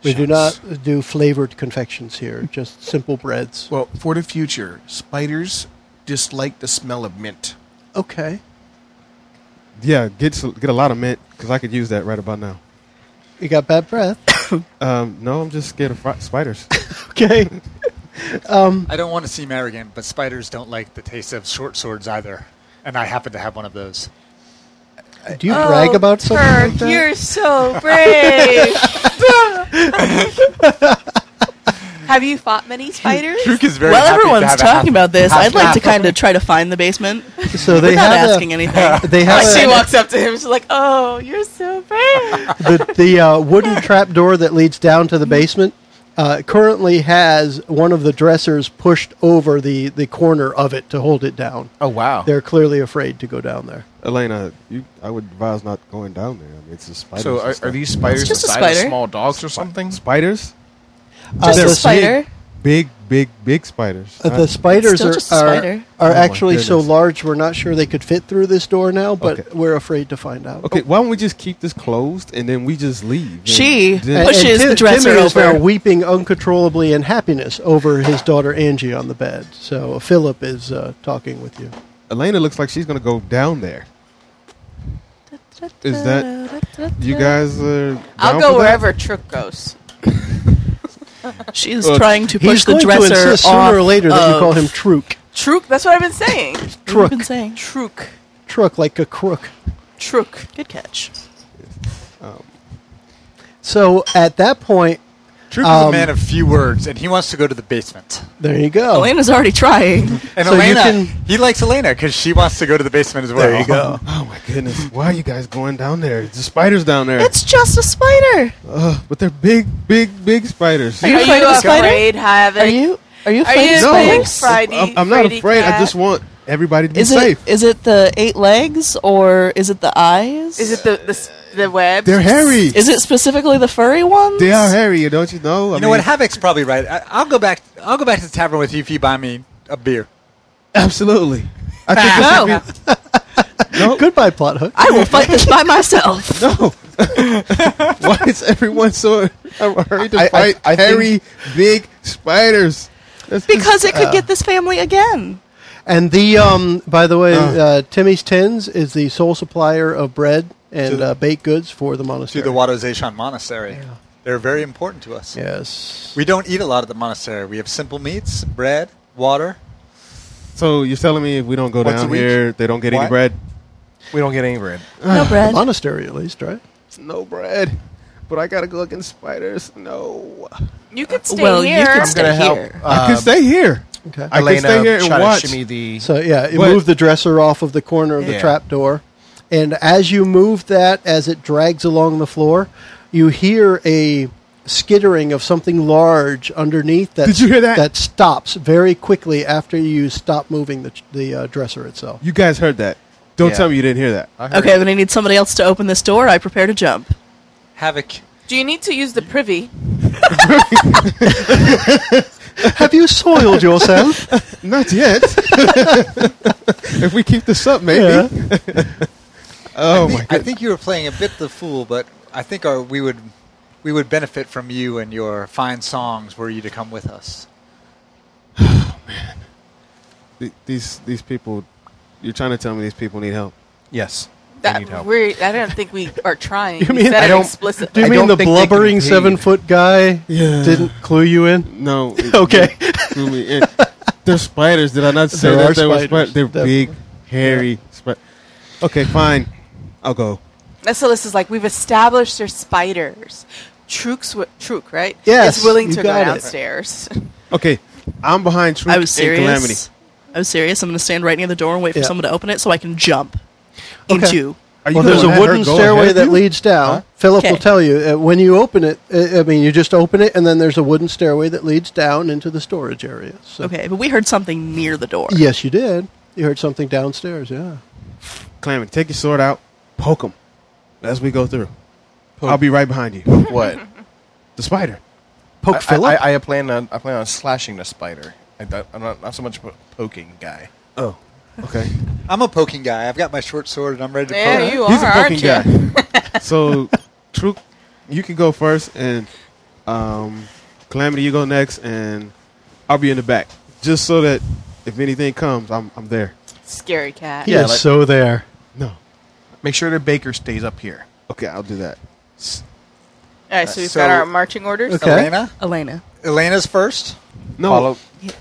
S2: We do
S3: Shucks.
S2: not do flavored confections here, just simple breads.
S3: Well, for the future, spiders dislike the smell of mint.
S2: Okay.
S6: Yeah, get s- get a lot of mint because I could use that right about now.
S2: You got bad breath.
S6: Um, no, I'm just scared of fri- spiders. <laughs>
S2: okay.
S5: I don't want to seem arrogant, but spiders don't like the taste of short swords either, and I happen to have one of those.
S2: Do you brag about something like that?
S7: You're so brave. <laughs> Have you fought many spiders? <laughs>
S5: Truk is very
S4: While
S5: happy to
S4: everyone's
S5: have a half-
S4: talking about this,
S5: half
S4: I'd like to
S5: half.
S4: kind of try to find the basement
S2: So they
S4: without
S2: have a-
S4: asking anything.
S2: They have
S8: She
S2: a-
S8: walks up to him. She's like, "Oh, you're so brave."
S2: the, the uh, wooden trap door that leads down to the basement uh, currently has one of the dressers pushed over the, the corner of it to hold it down.
S3: Oh wow!
S2: They're clearly afraid to go down there.
S6: Elena, you, I would advise not going down there. I mean, it's a spider.
S3: so are, are these spiders
S4: It's just a
S3: the size
S4: spider.
S3: of small dogs or something?
S6: spiders?
S2: Just a
S6: They're
S4: spider.
S6: Big, big, big spiders.
S2: Uh, the spiders
S4: Still
S2: are,
S4: just a spider.
S2: are, are
S6: Oh my
S2: actually so
S6: goodness.
S2: large we're not sure they could fit through this door now, but
S6: Okay.
S2: we're afraid to find out.
S6: okay, why don't we just keep this closed and then we just leave? and
S4: She
S6: then-
S4: pushes-
S2: Tim-
S4: the dresser
S2: Timmy is now
S4: over.
S2: weeping uncontrollably in happiness over his daughter Angie on the bed. So Philip is uh, talking with you.
S6: Elena looks like she's gonna go down there. Is that you guys? Are down
S7: I'll
S6: for
S7: go
S6: that?
S7: wherever Truk goes.
S4: She's
S6: Well,
S4: trying to
S2: He's
S4: push the
S2: going
S4: dresser
S2: to insist
S4: off
S2: sooner or later that you
S4: of-
S2: call him
S4: <laughs>
S2: Truk.
S7: Truk, that's what I've been saying.
S4: What have you
S2: Truk.
S4: been saying?
S7: Truk.
S2: Truk, like a crook.
S7: Truk.
S4: Good catch.
S2: So at that point,
S5: Truk is a
S2: Um,
S5: man of few words, and he wants to go to the basement.
S2: there you go.
S4: Elena's already trying.
S5: And
S2: So you
S5: Elena,
S2: can-
S5: he likes Elena because she wants to go to the basement as well.
S2: There you go.
S6: Oh my goodness! Why are you guys going down there? The spiders down there.
S4: it's just a spider.
S6: Ugh, but they're big, big, big spiders.
S4: Are you afraid of a spider?
S7: afraid, Havoc?
S4: Are you? Are you
S7: Are
S4: afraid
S7: you-
S4: of
S7: No.
S4: spiders?
S7: Friday-
S6: I'm, I'm not
S7: Friday
S6: afraid. I
S7: cat?
S6: just want everybody to be
S4: Is it
S6: safe.
S4: is it the eight legs or is it the eyes?
S8: Is it the the, s- the web?
S6: They're hairy.
S4: Is it specifically the furry ones?
S6: they are hairy, don't you
S5: <laughs>
S6: know?
S5: You know what? Havoc's probably right. I, I'll go back. I'll go back to the tavern with you if you buy me a beer.
S6: Absolutely. I think it should
S2: <laughs>
S6: be- no.
S2: Goodbye, plot hook.
S4: I will fight this by myself.
S6: No. <laughs> Why is everyone so hurried to
S3: I- I-
S6: fight
S3: I think-
S6: hairy, big spiders? That's just-
S4: Because it could get this family again.
S2: And the um, by the way,
S6: Uh.
S2: uh, Timmy's Tins is the sole supplier of bread and uh, baked goods for the
S5: to
S2: monastery.
S5: the Wado Zeishan Monastery.
S2: Yeah.
S5: They're very important to us.
S2: Yes.
S5: We don't eat a lot at the monastery. We have simple meats, bread, water.
S6: so you're telling me if we don't go
S5: Once a
S6: down
S5: week.
S6: here, they don't get any
S5: What?
S6: bread?
S3: We don't get any bread.
S4: No
S2: The
S4: bread.
S2: monastery, at least, right?
S6: It's no bread. But I gotta go against spiders. No. Um,
S7: You could stay
S4: Well,
S7: here.
S4: you could
S3: I'm gonna
S4: stay
S3: help.
S4: here.
S6: I
S3: uh,
S6: could stay here.
S2: Okay.
S6: I could
S3: Elena
S6: stay here and
S3: try
S6: watch.
S3: to shimmy the.
S2: So yeah, it
S6: But-
S2: moved the dresser off of the corner of the
S3: Yeah.
S2: trap door, and as you move that, as it drags along the floor, you hear a skittering of something large underneath. That
S6: Did you hear that?
S2: That stops very quickly after you stop moving the the uh, dresser itself.
S6: You guys heard that. Don't
S3: Yeah.
S6: tell me you didn't hear that.
S3: I heard
S4: Okay, but I need somebody else to open this door. I prepare to jump.
S5: Havoc.
S8: Do you need to use the privy?
S2: Have you <laughs> soiled yourself?
S6: Not yet. <laughs> if we keep this up, maybe.
S2: Yeah.
S5: I
S6: oh my
S5: think, I
S6: god!
S5: think you were playing a bit the fool, but I think our, we would we would benefit from you and your fine songs were you to come with us.
S6: Th- These these people, you're trying to tell me these people need help.
S3: Yes. I need
S8: That
S3: help.
S8: we I don't think we are trying.
S2: <laughs> You
S8: We
S2: mean-
S8: said
S2: I
S8: it
S2: don't- Do
S8: explicitly.
S2: you
S3: I
S2: mean
S3: don't
S2: the
S3: think they can
S2: blubbering
S3: pay.
S2: seven foot guy
S6: Yeah.
S2: didn't clue you in?
S6: No.
S2: <laughs>
S6: it-
S2: Okay.
S6: it threw me in. They're spiders. Did I not say
S2: There are
S6: that they were
S2: spiders,
S6: spiders? They're
S2: definitely.
S6: big, hairy spiders. Okay, fine. I'll go.
S8: Nessalus is like we've established they're spiders. Trooks, wi- Trook, right?
S2: Yes,
S8: is willing
S2: you
S8: to go
S2: got it.
S8: downstairs. <laughs>
S6: Okay, I'm behind Truth
S4: I was
S6: and Calamity.
S4: serious. I was serious. I'm going to stand right near the door and wait for
S2: Yeah.
S4: someone to open it so I can jump
S2: Okay.
S4: into.
S6: Are you
S2: Well,
S6: gonna
S2: there's a
S6: let her
S2: wooden
S6: go
S2: stairway
S6: ahead
S2: that
S6: of you?
S2: leads down. Philip will
S4: Okay.
S2: tell you uh, when you open it. Uh, I mean, you just open it, and then there's a wooden stairway that leads down into the storage area. So.
S4: Okay, but we heard something near the door.
S2: Yes, you did. You heard something downstairs. Yeah.
S6: Calamity, take your sword out, poke him as we go through. I'll be right behind you.
S3: <laughs> What?
S6: The spider.
S2: Poke
S3: I,
S2: Philip.
S3: I, I, I plan on I plan on slashing the spider. I, don't- I'm not, not so much a poking guy.
S6: Oh, okay.
S5: I'm a poking guy. I've got my short sword and I'm ready to
S8: Yeah,
S5: poke.
S8: you
S6: He's
S8: are,
S6: a poking
S8: aren't you?
S6: guy. <laughs> so, Truth, you can go first, and um, Calamity, you go next, and I'll be in the back, just so that if anything comes, I'm I'm there.
S8: Scary cat.
S2: He is
S3: like-
S2: so there.
S6: No.
S3: Make sure the baker stays up here.
S6: Okay, I'll do that.
S7: All right, so we've
S5: So-
S7: got our marching orders.
S2: Okay.
S5: Elena,
S4: Elena.
S5: Elena's first,
S6: No.
S3: Follow,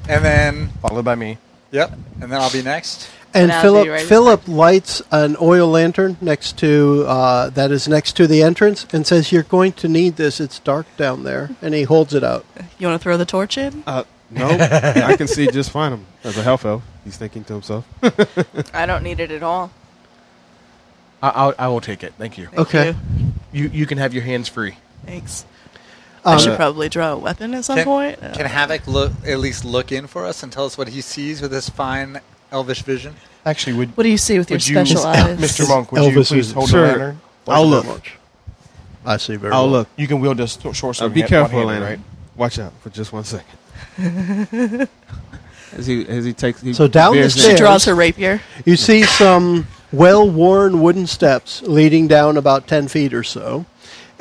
S5: and then
S3: followed by me.
S5: yep, and then I'll be next.
S2: And
S8: And I'll
S2: Philip
S8: be right
S2: Philip lights an oil lantern next to uh, that is next to the entrance and says, "You're going to need this. It's dark down there." And he holds it out.
S4: You want to throw the torch in?
S6: Uh, no, I can see just fine. Him as a health elf, he's thinking to himself.
S8: I don't need it at all.
S3: I, I'll, I will take it. Thank you.
S4: Thank
S2: okay.
S4: you.
S3: You you can have your hands free.
S4: Thanks. I
S2: Um,
S4: should probably draw a weapon at some
S5: Can,
S4: point.
S5: can Havoc look at least look in for us and tell us what he sees with his fine elvish vision?
S3: Actually, would
S4: what do you see with your
S3: would you,
S5: <laughs>
S4: special eyes?
S3: Mr. Monk? Would you
S2: Elvis
S3: please
S2: is-
S3: hold
S6: Sure.
S3: the lantern?
S6: I'll look.
S2: I see very.
S6: I'll
S2: well.
S6: look.
S3: You can wield this short sword.
S6: Uh,
S3: with
S6: be
S3: one
S6: careful,
S3: hand,
S6: Elena.
S3: Right?
S6: Watch out for just one second. as he as he takes he
S2: So down the
S6: veers in.
S4: She
S2: stairs-
S4: draws her rapier.
S2: You see some well-worn wooden steps leading down about ten feet or so,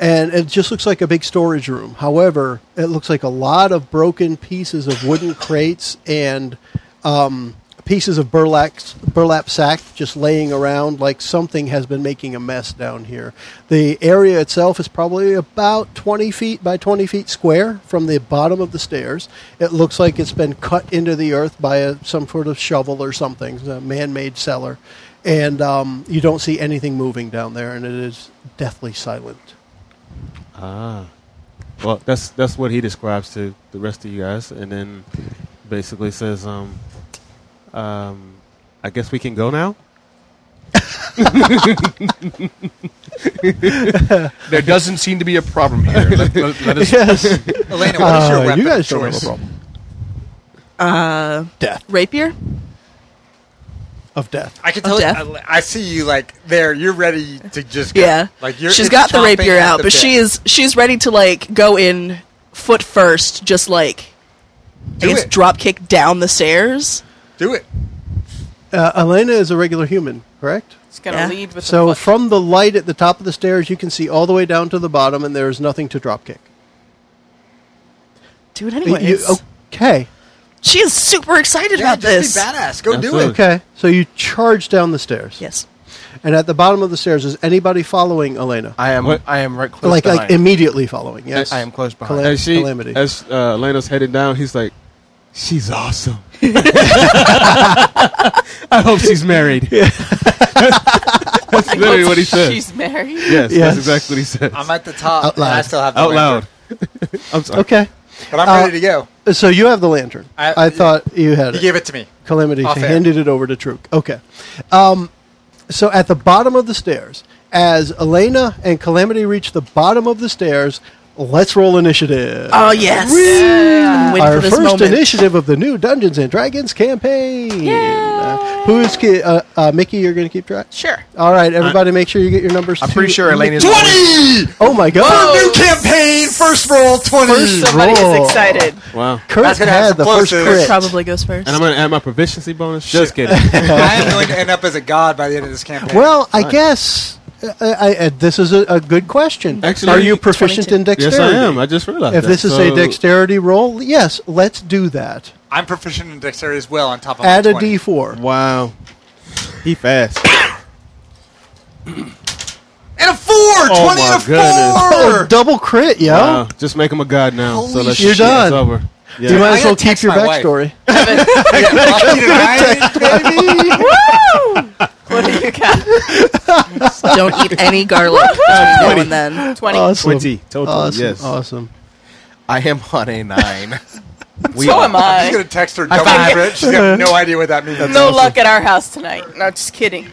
S2: and it just looks like a big storage room. However, it looks like a lot of broken pieces of wooden crates and um, pieces of burlap burlap sack just laying around. Like something has been making a mess down here. The area itself is probably about twenty feet by twenty feet square from the bottom of the stairs. It looks like it's been cut into the earth by a, some sort of shovel or something, a man-made cellar. And um, you don't see anything moving down there, and it is deathly silent.
S6: Ah, well, that's that's what he describes to the rest of you guys, and then basically says, um, um, I guess we can go now. <laughs>
S3: There doesn't seem to be a problem here. Let, let, let <laughs> us
S2: <laughs> Yes.
S5: Elena, <laughs> what is your
S2: Uh,
S5: weapon
S2: you guys
S5: of
S2: don't have a
S5: choice?
S2: problem.
S4: Uh,
S2: Death
S4: rapier?
S2: of death.
S5: I can tell.
S4: Of death?
S5: I, I see you like there. You're ready to just. Go.
S4: Yeah.
S5: Like you're.
S4: she's
S5: it's
S4: got the
S5: chomping
S4: rapier
S5: at
S4: out,
S5: the
S4: but she
S5: bit.
S4: is she's ready to like go in foot first, just like
S5: Do
S4: I guess
S5: it.
S4: drop kick down the stairs.
S5: Do it.
S2: Uh, Elena is a regular human, correct?
S8: It's gonna
S4: Yeah.
S8: lead with
S2: So
S8: the foot.
S2: from the light at the top of the stairs, you can see all the way down to the bottom, and there is nothing to drop kick.
S4: Do it
S2: You- oh.
S4: anyways.
S2: okay,
S4: She is super excited
S5: Yeah,
S4: about
S5: just
S4: this.
S5: be badass. Go do
S6: Absolutely.
S5: it.
S2: okay. So you charge down the stairs,
S4: Yes.
S2: and at the bottom of the stairs is anybody following Elena?
S3: I am.
S6: What?
S3: I am right close.
S2: like,
S3: behind.
S2: like immediately following. Yes,
S3: I am close behind.
S2: Calam-
S6: As she
S2: Calamity.
S6: as uh, Elena's headed down, he's like,
S2: <laughs>
S6: she's awesome. I hope she's married. <laughs> that's literally what he said.
S8: She's married.
S6: yes,
S2: Yes.
S6: that's exactly what he said.
S5: I'm at the top.
S2: Out
S5: and I
S2: loud.
S5: still have the
S6: Out
S5: rapier,
S6: loud. <laughs> I'm sorry.
S2: Okay,
S5: but I'm
S2: Uh,
S5: ready to go.
S2: so you have the lantern. I,
S5: I-
S2: thought you had
S5: He
S2: it.
S5: gave it to me.
S2: Calamity
S5: Off air.
S2: handed it over to Truk. Okay. Um, so at the bottom of the stairs, as Elena and Calamity reach the bottom of the stairs, Let's roll initiative.
S4: Oh yes. I've been waiting
S2: Our
S4: for this
S2: first
S4: moment.
S2: initiative of the new Dungeons and Dragons campaign. Uh, who's ki- uh, uh, Mickey? You're going to keep track.
S7: Sure.
S2: All right, everybody, make sure you get your numbers.
S3: I'm
S2: to
S3: pretty sure Elaine is.
S5: Twenty.
S2: Oh my
S5: New
S2: God!
S5: campaign. First roll. Twenty.
S6: <laughs>
S7: Somebody
S2: Roll.
S7: is
S2: <laughs>
S7: excited.
S6: Wow.
S2: Kurt
S5: That's gonna have
S2: had the
S5: some
S2: first
S5: closes.
S2: crit.
S4: Probably goes first.
S6: And I'm going to add my proficiency bonus. Just kidding.
S5: I am going to end up as a god by the end of this campaign.
S2: Well, I guess uh, I, I, this is a, a good question.
S6: Actually,
S2: are you proficient
S4: 22.
S2: in <laughs> dexterity?
S6: yes, I am. I just realized.
S2: If
S6: that.
S2: this is
S6: So-
S2: a dexterity roll, yes, let's do that.
S5: I'm proficient in dexterity as well. On top of
S2: Add
S5: my
S2: a
S5: 20.
S2: d4.
S6: Wow. He fast.
S5: and a four. Oh Twenty
S6: my
S5: and a
S6: goodness.
S2: Oh,
S5: four.
S2: double crit, yo.
S6: Wow. Just make him a god now. so
S5: Holy
S6: let's
S2: You're
S6: just get this
S2: done.
S6: over. Yeah.
S2: You might as
S5: I gotta
S2: well keep
S5: text
S2: your
S5: my wife. <laughs>
S2: backstory. <laughs>
S7: What do you got?
S4: Don't
S6: <laughs>
S4: eat any garlic between now and then.
S7: 20.
S2: awesome.
S6: 20 total.
S2: Awesome.
S6: Yes.
S2: Awesome.
S3: I am on a nine. we
S7: so
S3: are-
S7: am
S5: She's
S7: I.
S5: gonna text her double
S3: five.
S5: crit. She's <laughs> got no idea what that means.
S7: No luck at our house tonight. No, just kidding.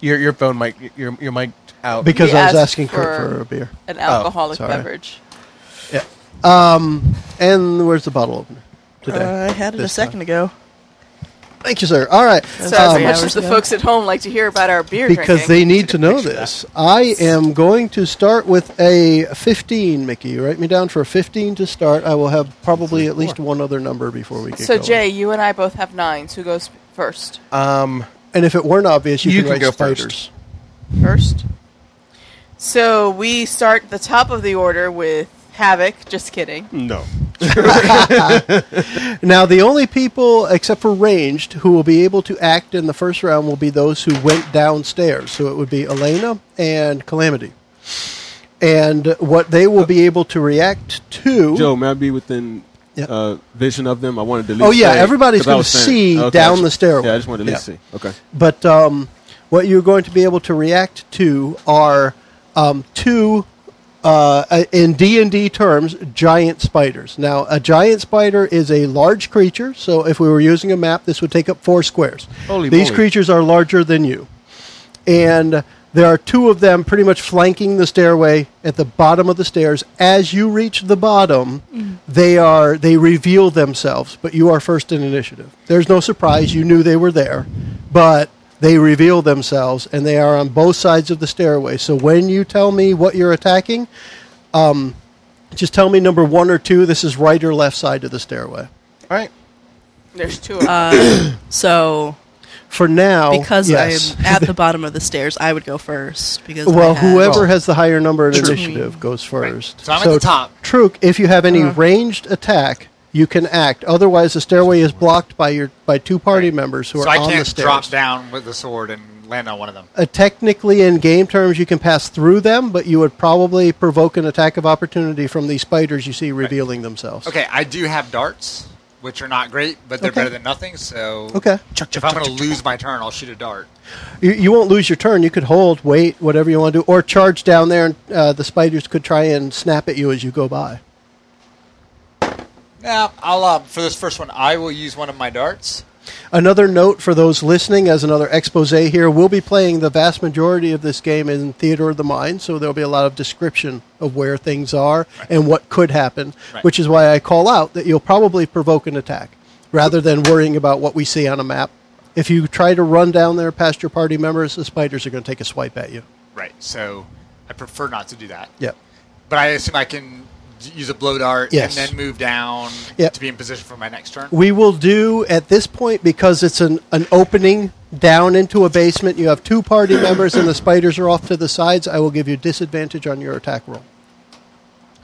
S3: Your your phone mic your your mic out.
S2: Because
S7: We
S2: I was
S7: asked
S2: asking Kurt
S7: for-
S2: for a beer.
S7: An alcoholic
S2: Oh, sorry.
S7: beverage.
S2: And where's the bottle opener? Today.
S4: Uh, I had it a second ago.
S2: Thank you, sir. All right.
S7: So as
S4: Um,
S7: much as the
S4: yeah.
S7: folks at home like to hear about our beer
S2: Because
S7: drinking,
S2: they need to know this. I am going to start with a 15, Mickey. You Write me down for a 15 to start. I will have probably at least one other number before we get
S7: So
S2: going.
S7: Jay, you and I both have nines. Who goes first?
S3: um,
S2: And if it weren't obvious, you,
S3: You
S2: can
S3: can
S2: write
S3: go
S2: spiders.
S3: first.
S7: First. So we start at the top of the order with Havoc. Just kidding.
S2: Hmm.
S6: No.
S2: Now, the only people, except for ranged, who will be able to act in the first round will be those who went downstairs. So it would be Elena and Calamity. And what they will be able to react to.
S6: Joe, may I be within
S2: Yep.
S6: uh, vision of them? I wanted to at least
S2: Oh, yeah,
S6: say-
S2: everybody's
S6: 'cause I
S2: gonna
S6: was saying-
S2: see
S6: Okay,
S2: down
S6: I just-
S2: the stairwell.
S6: Yeah, I just wanted to at least
S2: Yeah.
S6: see. Okay.
S2: But um, what you're going to be able to react to are um, two, uh, in D and D terms, giant spiders. Now, a giant spider is a large creature. So, if we were using a map, this would take up four squares.
S6: Holy
S2: These
S6: moly.
S2: creatures are larger than you, and there are two of them pretty much flanking the stairway at the bottom of the stairs. As you reach the bottom, they are they reveal themselves, but you are first in initiative. There's no surprise; you knew they were there, but they reveal themselves, and they are on both sides of the stairway. So when you tell me what you're attacking, um, just tell me number one or two. This is right or left side of the stairway.
S3: all right.
S7: There's two. Of them.
S4: So
S2: For now,
S4: because
S2: yes. <laughs>
S4: I'm at the bottom of the stairs, I would go first because I
S2: Well,
S4: had-
S2: whoever has the higher number in
S4: True.
S2: initiative goes first.
S5: So I'm at the top. Uh-huh.
S2: Truk, if you have any ranged attack, you can act. Otherwise, the stairway is blocked by your by two party members who
S5: So
S2: are
S5: I
S2: on the
S5: can't
S2: stairs.
S5: drop down with the sword and land on one of them.
S2: Uh, technically, in game terms, you can pass through them, but you would probably provoke an attack of opportunity from these spiders you see revealing themselves.
S5: Okay, I do have darts, which are not great, but they're
S2: Okay.
S5: better than nothing. So
S2: Okay.
S5: if I'm going to lose my turn, I'll shoot a dart.
S2: You, you won't lose your turn. You could hold, wait, whatever you want to do, or charge down there, and uh, the spiders could try and snap at you as you go by.
S5: Now, I'll uh, for this first one, I will use one of my darts.
S2: Another note for those listening, as another expose here, we'll be playing the vast majority of this game in Theater of the Mind, so there'll be a lot of description of where things are and what could happen,
S5: Right.
S2: which is why I call out that you'll probably provoke an attack rather than worrying about what we see on a map. If you try to run down there past your party members, the spiders are going to take a swipe at you.
S5: Right. So I prefer not to do that.
S2: Yeah.
S5: But I assume I can d- use a blow dart
S2: Yes.
S5: and then move down
S2: Yep.
S5: to be in position for my next turn.
S2: We will do at this point because it's an, an opening down into a basement. You have two party members and the spiders are off to the sides. I will give you disadvantage on your attack roll.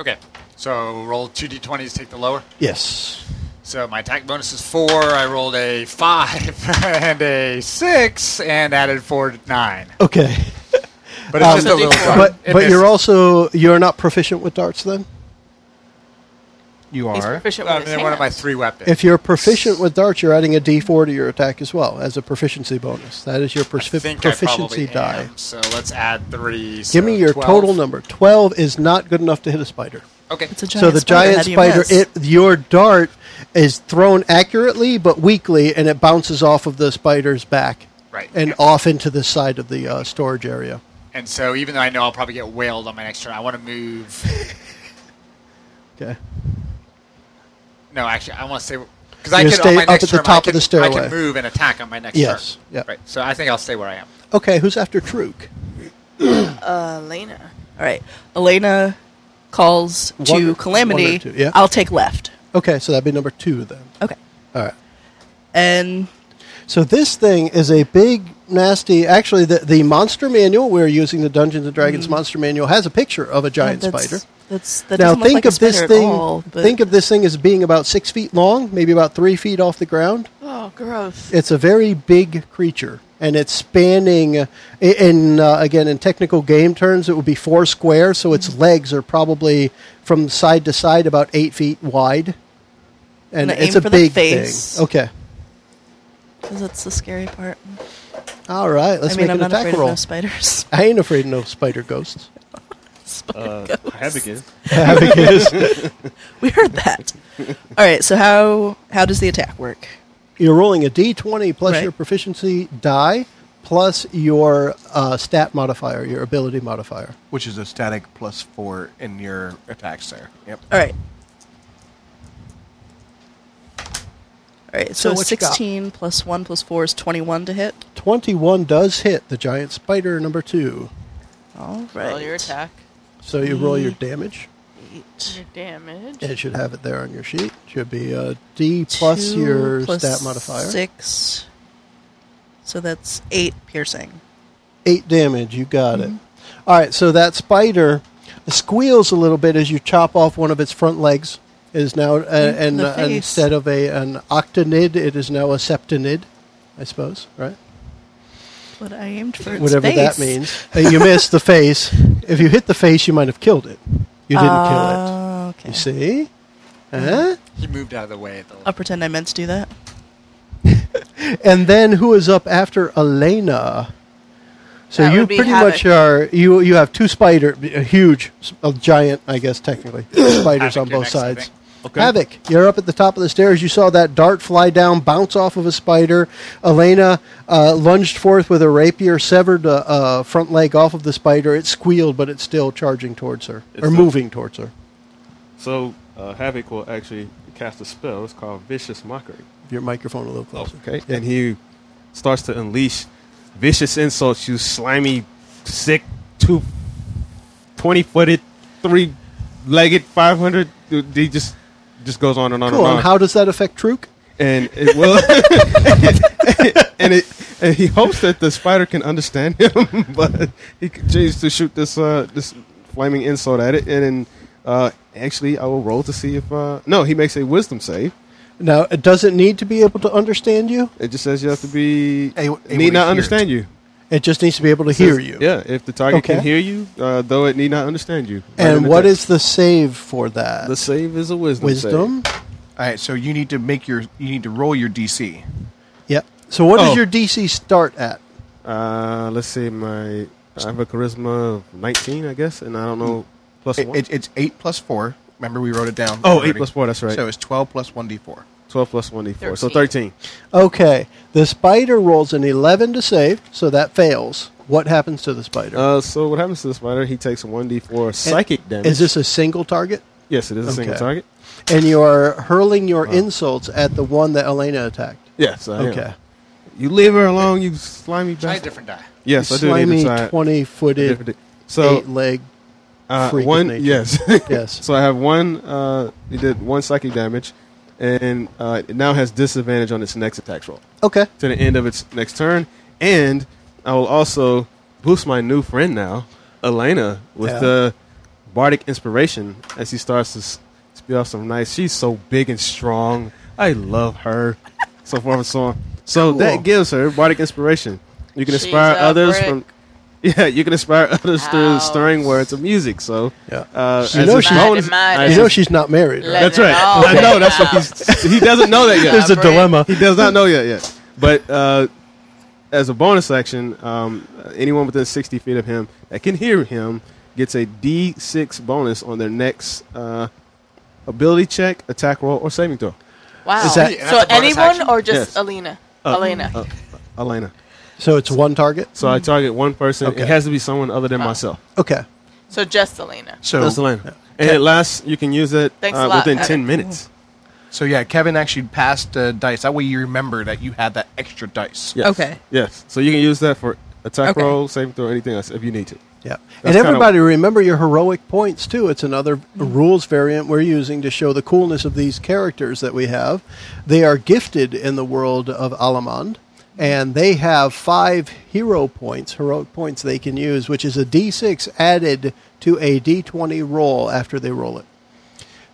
S5: Okay. So roll two d20s, take the lower.
S2: Yes.
S5: So my attack bonus is four. I rolled a five <laughs> and a six and added four to nine.
S2: Okay.
S5: But it's
S2: Um,
S5: just a little dart.
S2: But
S5: It
S2: but you're
S5: misses.
S2: also you're not proficient with darts then?
S3: You
S7: He's
S3: are.
S7: proficient with
S5: I
S7: his
S5: mean, one of my
S7: hands.
S5: three weapons.
S2: If you're proficient with darts, you're adding a D four to your attack as well as a proficiency bonus. That is your
S5: I
S2: profi-
S5: think I
S2: proficiency
S5: probably
S2: die.
S5: am. So let's add three. so
S2: Give me your
S5: 12.
S2: total number. Twelve is not good enough to hit a spider.
S5: Okay.
S4: It's a giant
S2: so the
S4: spider, how
S2: giant
S4: do you
S2: spider,
S4: miss?
S2: it your dart is thrown accurately but weakly, and it bounces off of the spider's back
S5: Right.
S2: and off into the side of the uh, storage area.
S5: And so even though I know I'll probably get whaled on my next turn, I want
S2: <laughs>
S5: to move.
S2: Okay.
S5: No, actually, I want to stay because
S2: You're
S5: I
S2: gonna
S5: can on
S2: stay
S5: my
S2: up
S5: next
S2: at the
S5: turn. I
S2: top of
S5: can,
S2: the
S5: I
S2: stairway.
S5: can move and attack on my next
S2: Yes,
S5: turn.
S2: yep.
S5: Right. So I think I'll stay where I am.
S2: Okay, who's after Truk?
S9: Elena.
S4: All right. Elena calls to
S2: One-
S4: Calamity.
S2: one or two, yeah.
S4: I'll take left.
S2: Okay, so that'd be number two then.
S4: Okay.
S2: All right.
S4: And
S2: So this thing is a big, nasty. Actually, the, the monster manual we're using, the Dungeons and Dragons monster manual, has a picture of a giant
S4: Mm. that's,
S2: spider.
S4: That's that
S2: now
S4: doesn't look
S2: think
S4: like a
S2: of this
S4: spider at
S2: thing.
S4: all, but-
S2: think of this thing as being about six feet long, maybe about three feet off the ground.
S9: Oh, gross.
S2: It's a very big creature, and it's spanning. uh, i- In uh, again, in technical game terms, it would be four square. So
S4: Mm-hmm.
S2: its legs are probably from side to side about eight feet wide, and
S4: Gonna
S2: it's
S4: aim
S2: a
S4: for the
S2: big
S4: face.
S2: thing. Okay,
S4: 'cause that's the scary part.
S2: all right. Let's
S4: I mean,
S2: make
S4: I'm
S2: an
S4: not
S2: attack
S4: afraid
S2: roll.
S4: of no spiders. <laughs>
S2: I ain't afraid of no spider ghosts.
S6: Uh, Havoc is.
S4: we
S2: <laughs>
S4: heard that. all right. So how how does the attack work?
S2: You're rolling a d20 plus
S4: Right.
S2: your proficiency die plus your uh, stat modifier, your ability modifier.
S3: which is a static plus four in your attacks there. Yep.
S4: All right. All right.
S2: So
S4: So,
S2: what you got?
S4: 16 plus one plus four is 21 to hit.
S2: 21 does hit the giant spider number two.
S4: All right.
S7: Roll your attack.
S2: So you roll
S4: Mm.
S2: your damage.
S4: Eight.
S7: Your damage.
S2: It should have it there on your sheet. Should be a d plus
S4: Two
S2: your
S4: plus
S2: stat modifier.
S4: Six. So that's eight piercing.
S2: Eight damage. You got it.
S4: Mm-hmm.
S2: All right. So that spider squeals a little bit as you chop off one of its front legs. It is now, uh, and
S4: Mm, the
S2: uh,
S4: face.
S2: instead of a an octonid, it is now a septonid, I suppose. Right.
S4: But I aimed for its
S2: whatever that
S4: face.
S2: means. Uh, you missed the face. If you hit the face, you might have killed it. You didn't kill
S4: Oh,
S2: it.
S4: okay.
S2: You see? Huh?
S5: He moved out of the way. At the
S4: I'll pretend I meant to do that.
S2: And then who is up after Elena? So
S9: That
S2: you
S9: would be
S2: pretty
S9: Havoc.
S2: much are you. You have two spider, a huge, s- a giant, I guess technically, spiders
S5: Havoc,
S2: on
S5: you're
S2: both
S5: next, I
S2: sides.
S5: think.
S6: Okay.
S2: Havoc, you're up at the top of the stairs. You saw that dart fly down, bounce off of a spider. Elena uh, lunged forth with a rapier, severed a, a front leg off of the spider. It squealed, but it's still charging towards her
S6: It's
S2: or
S6: a-
S2: moving towards her.
S6: So uh, Havoc will actually cast a spell. It's called Vicious Mockery.
S2: Your microphone a little closer.
S6: Okay. And he starts to unleash vicious insults, you slimy, sick, two, 20 footed, three legged, 500. He just just goes on and on
S2: Cool.
S6: and on.
S2: And how does that affect Truk?
S6: and it will. <laughs> and it. And he hopes that the spider can understand him, <laughs> but he continues to shoot this uh, this flaming insult at it. And then, uh, actually, I will roll to see if uh, no, he makes a wisdom save.
S2: Now, it doesn't need to be able to understand you.
S6: It just says you have to be
S3: A- able to
S6: need
S3: hear
S6: not understand you.
S2: It just needs to be able to
S6: It says-
S2: hear you.
S6: Yeah, if the target
S2: Okay.
S6: can hear you, uh, though it need not understand you.
S2: And what
S6: Identity.
S2: is the save for that?
S6: the save? Is a wisdom. save.
S2: Wisdom.
S3: All right. So you need to make your you need to roll your DC.
S2: Yep. So what
S6: Oh.
S2: does your DC start at?
S6: Uh, let's see. My I have a charisma of nineteen, I guess, and I don't know plus
S3: It,
S6: one.
S3: it- it's eight plus four. Remember we wrote it down.
S6: Oh,
S3: already.
S6: eight plus four. That's right.
S3: So it's twelve plus one d four.
S6: 12 plus 1d4. So 13.
S2: Okay. The spider rolls an 11 to save, so that fails. What happens to the spider?
S6: Uh, so what happens to the spider? He takes 1d4 psychic damage.
S2: Is this a single target?
S6: Yes, it is a single
S2: Okay.
S6: target.
S2: And you are hurling your insults at the one that Elena attacked.
S6: Yes, I am.
S2: Okay.
S6: You leave her alone, you slimy bastard.
S5: Try a different die.
S6: Yes, I do need
S2: Slimy,
S6: to try.
S2: 20 footed,
S6: different- So
S2: eight leg.
S6: uh,
S2: freak of nature.
S6: one, yes,
S2: <laughs> Yes.
S6: so I have one. Uh, he did one psychic damage, and uh, it now has disadvantage on its next attack roll
S2: Okay.
S6: to the end of its next turn. And I will also boost my new friend now, Elena, with
S2: Yeah.
S6: the bardic inspiration as he starts to s- spew off some nice. She's so big and strong. I love
S7: <laughs>
S6: her. so forth and so on. So that gives her bardic inspiration. You can
S7: She's
S6: inspire
S7: a
S6: others
S7: brick.
S6: from. <laughs> Yeah, you can inspire others through
S7: Ouch.
S6: stirring words of music. So,
S2: Yeah.
S6: uh,
S2: You
S6: as
S2: know
S6: a
S2: she's-
S6: bonus-
S7: Mighty,
S6: as
S2: You
S6: a-
S2: know she's not married, right?
S7: Let
S6: that's
S7: it
S6: right.
S7: all
S6: I know.
S7: hang
S6: That's what
S7: out.
S6: he's. <laughs> He doesn't know that yet.
S2: There's a
S7: Brick.
S2: dilemma.
S6: He does not know yet yet. But uh, as a bonus action, um, anyone within 60 feet of him that can hear him gets a D6 bonus on their next uh, ability check, attack roll, or saving throw.
S7: Wow.
S2: Is that-
S5: Yeah,
S7: so
S5: that's a bonus
S7: anyone
S5: action.
S7: or just
S6: Yes.
S7: Alina?
S6: Uh,
S7: Elena.
S6: Uh, Elena.
S2: So it's one target.
S6: So I target one person.
S2: Okay.
S6: It has to be someone other than
S7: Oh.
S6: myself.
S2: Okay.
S7: So just Selena.
S3: So
S6: That's the line. And it lasts. You can use it
S7: Thanks a
S6: uh,
S7: lot,
S6: within
S7: Evan.
S6: ten minutes.
S3: So yeah, Kevin actually passed uh, dice. That way you remember that you had that extra dice.
S6: Yes.
S4: Okay.
S6: Yes. So you can use that for attack
S4: Okay.
S6: roll, saving throw, anything else if you need to.
S2: Yeah. and
S6: That's kinda-
S2: everybody remember your heroic points too. It's another rules variant we're using to show the coolness of these characters that we have. They are gifted in the world of Alamond and they have 5 hero points, heroic points they can use which is a d6 added to a d20 roll after they roll it.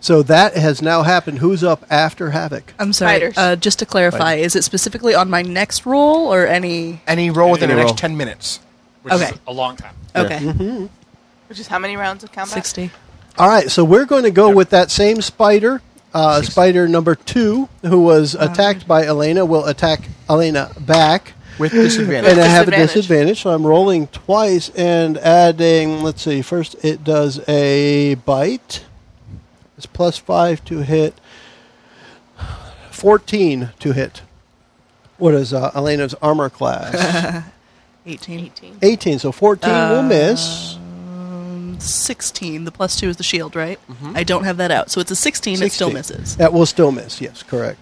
S2: So that has now happened. Who's up after Havoc?
S4: I'm sorry.
S7: Fighters.
S4: Uh, just to clarify, is it specifically on my next roll or any?
S3: Any roll within
S6: Any
S3: the
S6: roll.
S3: next ten minutes.
S10: which
S4: Okay.
S10: is a long time.
S4: Okay.
S7: Which is how many rounds of combat?
S4: Sixty.
S2: All right, so we're going to go with that same spider. Uh, spider number two, who was attacked by Elena, will attack Elena back.
S3: With
S2: <laughs>
S3: disadvantage.
S2: And I have a
S7: Disadvantage.
S2: disadvantage, so I'm rolling twice and adding. Let's see. First, it does a bite. It's plus five to hit. Fourteen to hit. What is uh, Elena's armor class?
S4: 18.
S7: 18.
S2: Eighteen. So fourteen will miss.
S4: 16. The plus 2 is the shield, right? I don't have that out. So it's a 16. It still
S2: 16.
S4: misses.
S2: That will still miss. Yes, correct.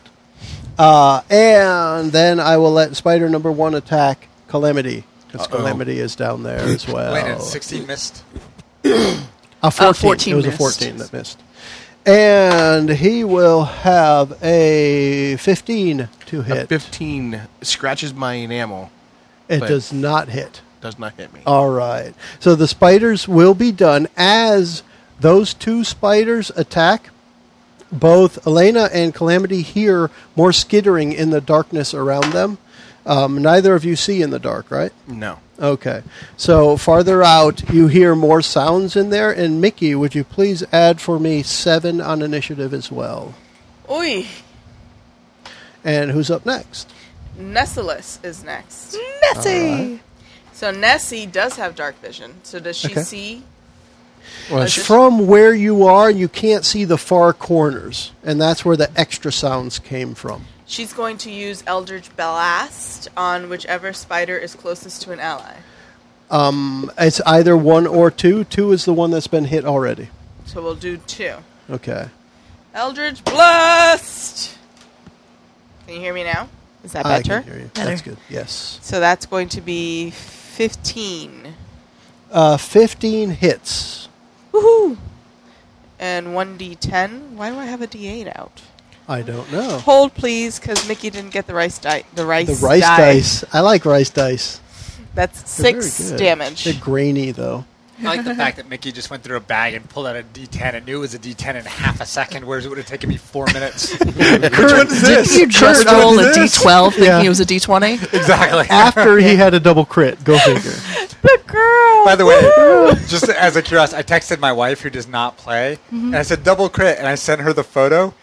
S2: Uh, and then I will let spider number one attack calamity. Because calamity is down there as well.
S5: Wait, it's
S2: <laughs>
S5: 16 missed.
S2: A 14.
S4: 14
S2: it was a
S4: Uh, missed.
S2: 14 that missed. And he will have a 15 to
S3: A
S2: hit.
S3: Fifteen scratches my enamel.
S2: it
S3: but-
S2: does not hit.
S3: Does not hit me.
S2: All right. So the spiders will be done as those two spiders attack. Both Elena and Calamity hear more skittering in the darkness around them. Um, neither of you see in the dark, right?
S3: no.
S2: Okay. So farther out, you hear more sounds in there. And Mickey, would you please add for me seven on initiative as well?
S7: Oi.
S2: And who's up next?
S7: Nessalus is next.
S4: Nessie!
S7: So Nessie does have dark vision. So does she
S2: Okay.
S7: see?
S2: It's from where you are, you can't see the far corners. And that's where the extra sounds came from.
S7: She's going to use Eldritch Blast on whichever spider is closest to an ally.
S2: Um, It's either one or two. Two is the one that's been hit already.
S7: So we'll do two.
S2: Okay.
S7: Eldritch Blast! Can you hear me now? Is that
S2: I
S7: better?
S2: can hear you.
S4: Better.
S2: That's good. Yes.
S7: So that's going to be 15.
S2: Uh, 15 hits.
S7: Woohoo! And 1d10. Why do I have a d8 out?
S2: I don't know.
S7: Hold, please, because Mickey didn't get the rice die. The rice,
S2: Oh. The rice dice. I like rice dice.
S7: That's
S2: They're very
S7: six
S2: good.
S7: damage.
S2: They're grainy,
S4: <laughs>
S2: though.
S10: I like the fact that Mickey just went through a bag and pulled out a D10 and knew it was a D10 in half a second, whereas it would have taken me four
S2: <laughs>
S10: minutes.
S4: Didn't you just
S2: Kurt,
S4: roll a
S2: how did this?
S4: d12 thinking
S2: Yeah.
S4: it was a d20?
S10: exactly.
S2: After he had a double crit. Go figure.
S7: <laughs> The girl.
S5: By
S2: <laughs>
S5: the way, just as a curiosity, I texted my wife who does not play,
S2: Mm-hmm.
S5: and I said double crit, and I sent her the photo.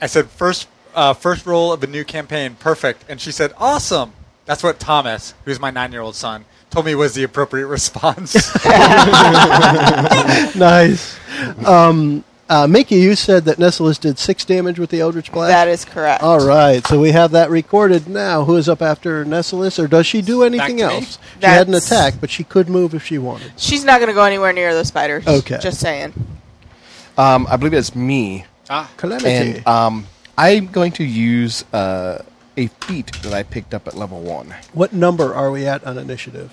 S5: I said first uh, first roll of a new campaign, perfect, and she said awesome. That's what Thomas, who's my nine year old son, told me was the
S2: <laughs>
S5: appropriate response.
S2: nice. Um, uh, Mickey, you said that Nessalus did six damage with the Eldritch Blast.
S7: that is correct.
S2: All right, so we have that recorded now. Who is up after Nessalus, or does she do anything
S10: to me.
S2: else? She had an
S7: That's-
S2: attack, but she could move if she wanted.
S7: She's not going to go anywhere near those spiders.
S2: Okay.
S7: Just saying.
S3: Um, I believe it's me.
S10: Ah,
S2: Calamity.
S3: And um, I'm going to use uh, a feat that I picked up at level one.
S2: what number are we at on initiative?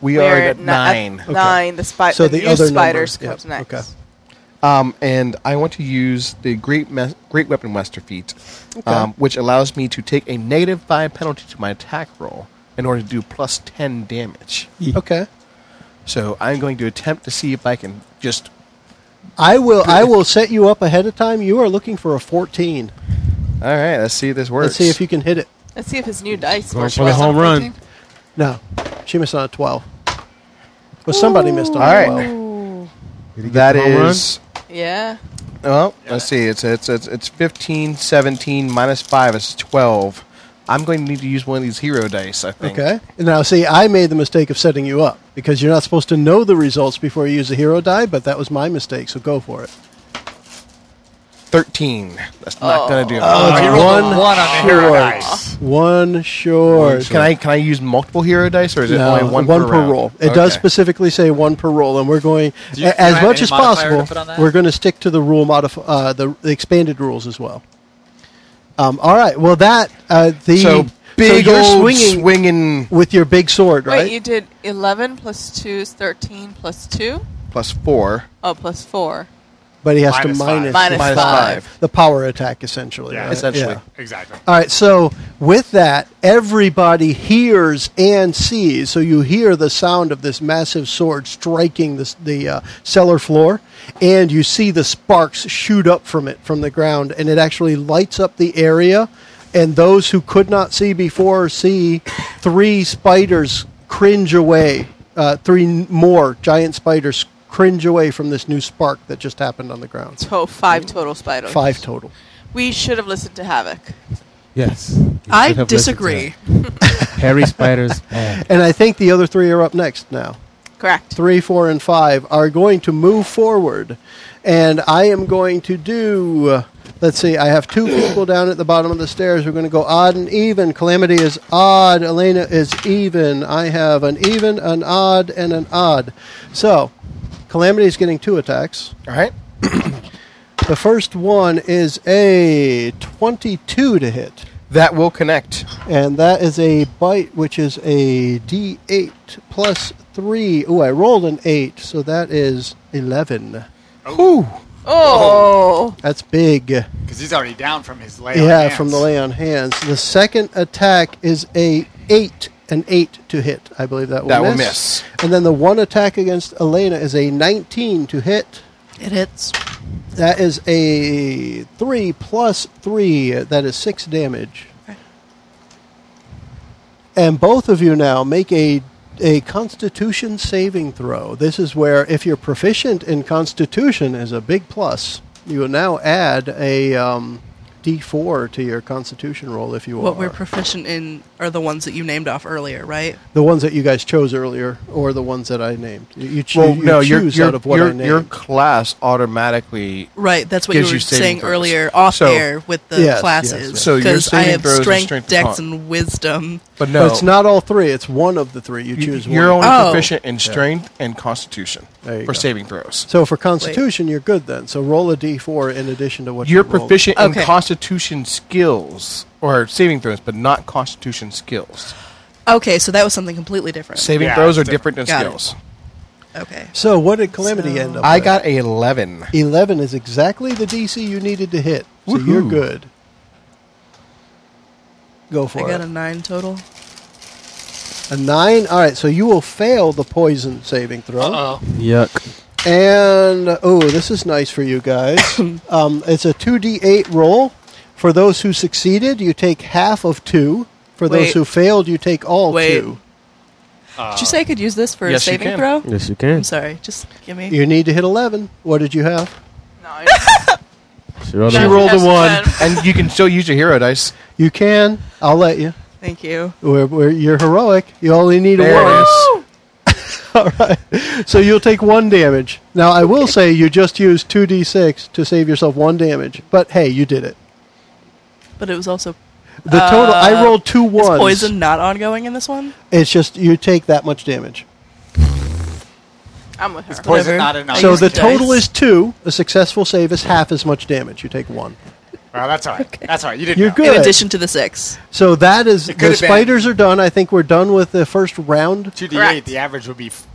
S3: We
S7: We're
S3: are at
S7: ni- at
S3: nine.
S7: Nine. The, spi-
S2: So
S7: the,
S2: the
S7: new
S2: other
S7: spiders
S2: number.
S7: comes
S2: Yep,
S7: next.
S2: okay.
S3: Um, and I want to use the Great Mas- Great Weapon Master feat, um, which allows me to take a negative five penalty to my attack roll in order to do plus ten damage.
S2: Okay.
S3: So I'm going to attempt to see if I can just.
S2: I will. I will set you up ahead of time. You are looking for a fourteen.
S3: All right, let's see if this
S2: Let's
S3: works.
S2: see if you can hit it.
S7: Let's see if his new dice
S6: Going
S7: work.
S6: for the home run.
S2: No, she missed on a twelve. Well, somebody missed on
S3: All
S2: a
S3: right.
S2: twelve.
S3: That
S6: Home run?
S3: is.
S7: Yeah.
S3: Well, let's see. It's it's it's it's 15, 17 minus five. It's twelve. I'm going to need to use one of these hero dice. I think.
S2: Okay. Now, see, I made the mistake of setting you up because you're not supposed to know the results before you use the hero die, but that was my mistake, so go for it.
S3: 13. That's not going to do it.
S10: Oh,
S2: one,
S10: One on the hero dice.
S2: one short.
S3: Can I can I use multiple hero dice or is it
S2: No,
S3: only one,
S2: per,
S3: round?
S2: roll. It does
S3: Okay.
S2: specifically say one per roll, and we're going
S10: Do you-
S2: a-
S10: do you
S2: as
S10: have
S2: much
S10: any
S2: as
S10: modifier to
S2: possible.
S10: put on that?
S2: We're going to stick to the rule modif- uh, the, the expanded rules as well. Um, all right. Well, that uh, the
S3: So big
S2: you're
S3: old
S2: swinging
S3: swinging
S2: with your big sword,
S8: Wait,
S2: right?
S8: you did 11 plus 2 is 13 plus 2?
S3: plus four.
S8: Oh, plus 4.
S2: but he has
S10: Minus
S2: to
S10: five.
S2: minus,
S7: Minus
S2: the-
S7: five.
S2: the power attack essentially.
S10: Yeah,
S2: right?
S3: essentially.
S10: Exactly.
S2: All right, so with that, everybody hears and sees. So you hear the sound of this massive sword striking the, the uh, cellar floor, and you see the sparks shoot up from it, from the ground, and it actually lights up the area. And those who could not see before see three spiders cringe away, uh, three n- more giant spiders cringe away from this new spark that just happened on the ground.
S8: So five total spiders.
S2: Five total.
S8: We should have listened to Havoc.
S11: Yes. You
S4: I
S11: should have listened to
S4: disagree.
S11: that. Harry Spider's bad.
S2: And I think the other three are up next now.
S8: Correct.
S2: three, four, and five are going to move forward. And I am going to do, uh, let's see, I have two people down at the bottom of the stairs. We're going to go odd and even. Calamity is odd. Elena is even. I have an even, an odd, and an odd. So, Calamity is getting two attacks.
S3: All right.
S2: The first one is a 22 to hit.
S3: That will connect.
S2: And that is a bite, which is a d8 plus 3. Oh, I rolled an 8, so that is 11.
S8: Oh!
S2: That's big. Yeah,
S10: Because he's already down from his lay.
S2: from the lay on hands. The second attack is a 8, an 8 to hit. I believe that will
S3: That will
S2: miss.
S3: miss.
S2: And then the one attack against Elena is a 19 to hit.
S4: It hits.
S2: That is a 3 plus 3. That is 6 damage. And both of you now make a a constitution saving throw. This is where if you're proficient in constitution is a big plus. You will now add a um, d4 to your constitution roll if you
S4: What
S2: are.
S4: we're proficient in are the ones that you named off earlier, right?
S2: the ones that you guys chose earlier or the ones that I named. You, you, choo-
S3: Well,
S2: you
S3: no, your,
S2: choose
S3: your,
S2: out of what
S3: your,
S2: I named.
S3: your class automatically.
S4: Right, that's what
S3: Gives
S4: you
S3: you
S4: were
S3: saving
S4: saying
S3: throws.
S4: earlier off
S3: So-
S4: air with the
S2: Yes, yes,
S4: classes.
S2: yes.
S3: So your
S4: because I
S3: saving
S4: have
S3: throws are
S4: strength,
S3: strength,
S4: dex,
S3: con.
S4: and wisdom.
S3: But
S2: but
S3: no,
S2: it's not all three, it's one of the three. You
S3: You,
S2: choose
S3: you're
S2: one.
S3: only
S4: Oh.
S3: proficient in strength and constitution
S2: There
S3: for
S2: you go.
S3: saving throws.
S2: So for Constitution, you're good then. So roll a d4 in addition to what
S3: You're
S2: you rolled.
S3: proficient in
S4: Okay.
S3: constitution skills or saving throws, but not constitution skills.
S4: Okay, so that was something completely different.
S3: Saving
S10: Yeah,
S3: throws are
S10: it's
S3: different than
S4: Got it.
S3: skills.
S4: okay.
S2: So what did Calamity end up?
S3: I
S2: with?
S3: got a 11.
S2: eleven is exactly the DC you needed to hit. So you're good. Go
S4: I
S2: for it.
S4: got a
S2: A,
S4: nine total.
S2: nine. All right. So you will fail the poison saving throw.
S10: Uh oh.
S11: Yuck.
S2: And oh, this is nice for you
S4: <coughs>
S2: guys. um, it's a two d8 roll. For those who succeeded, you take half of two. For those
S4: Wait.
S2: who failed, you take all
S4: Wait.
S2: two.
S4: Did you say I could use this for
S3: yes,
S4: a
S3: you
S4: saving
S3: can.
S4: throw?
S11: Yes, you can.
S4: I'm sorry. Just give me.
S2: You need to hit eleven. What did you have?
S8: No,
S11: She rolled
S8: She
S11: a-
S8: rolled- Yes, you can.
S3: and you can still use your hero dice.
S2: You can. I'll let you.
S4: Thank you.
S2: We're, we're, you're heroic. You only need
S3: There
S2: a
S3: it
S2: one.
S3: is.
S2: <laughs> All right. So you'll take one damage. Now, I will say you just used 2d6 to save yourself one damage, but hey, you did it.
S4: But it was also
S2: The total, I
S4: Uh,
S2: rolled two
S4: is
S2: ones.
S4: poison not ongoing in this one.
S2: It's just you take that much damage.
S8: I'm with her.
S10: Poison
S4: Whatever.
S10: not enough.
S4: I
S2: so
S4: used
S2: the
S4: it twice.
S2: total is two. A successful save is half as much damage. You take one.
S10: Well, that's all right. That's all right. You didn't.
S2: You're
S10: know.
S2: good.
S4: In addition to the six.
S2: So that is,
S10: It
S2: the
S10: could've been.
S2: spiders are done. I think we're done with the first round.
S10: Two D eight.
S8: Correct.
S10: The average would be f-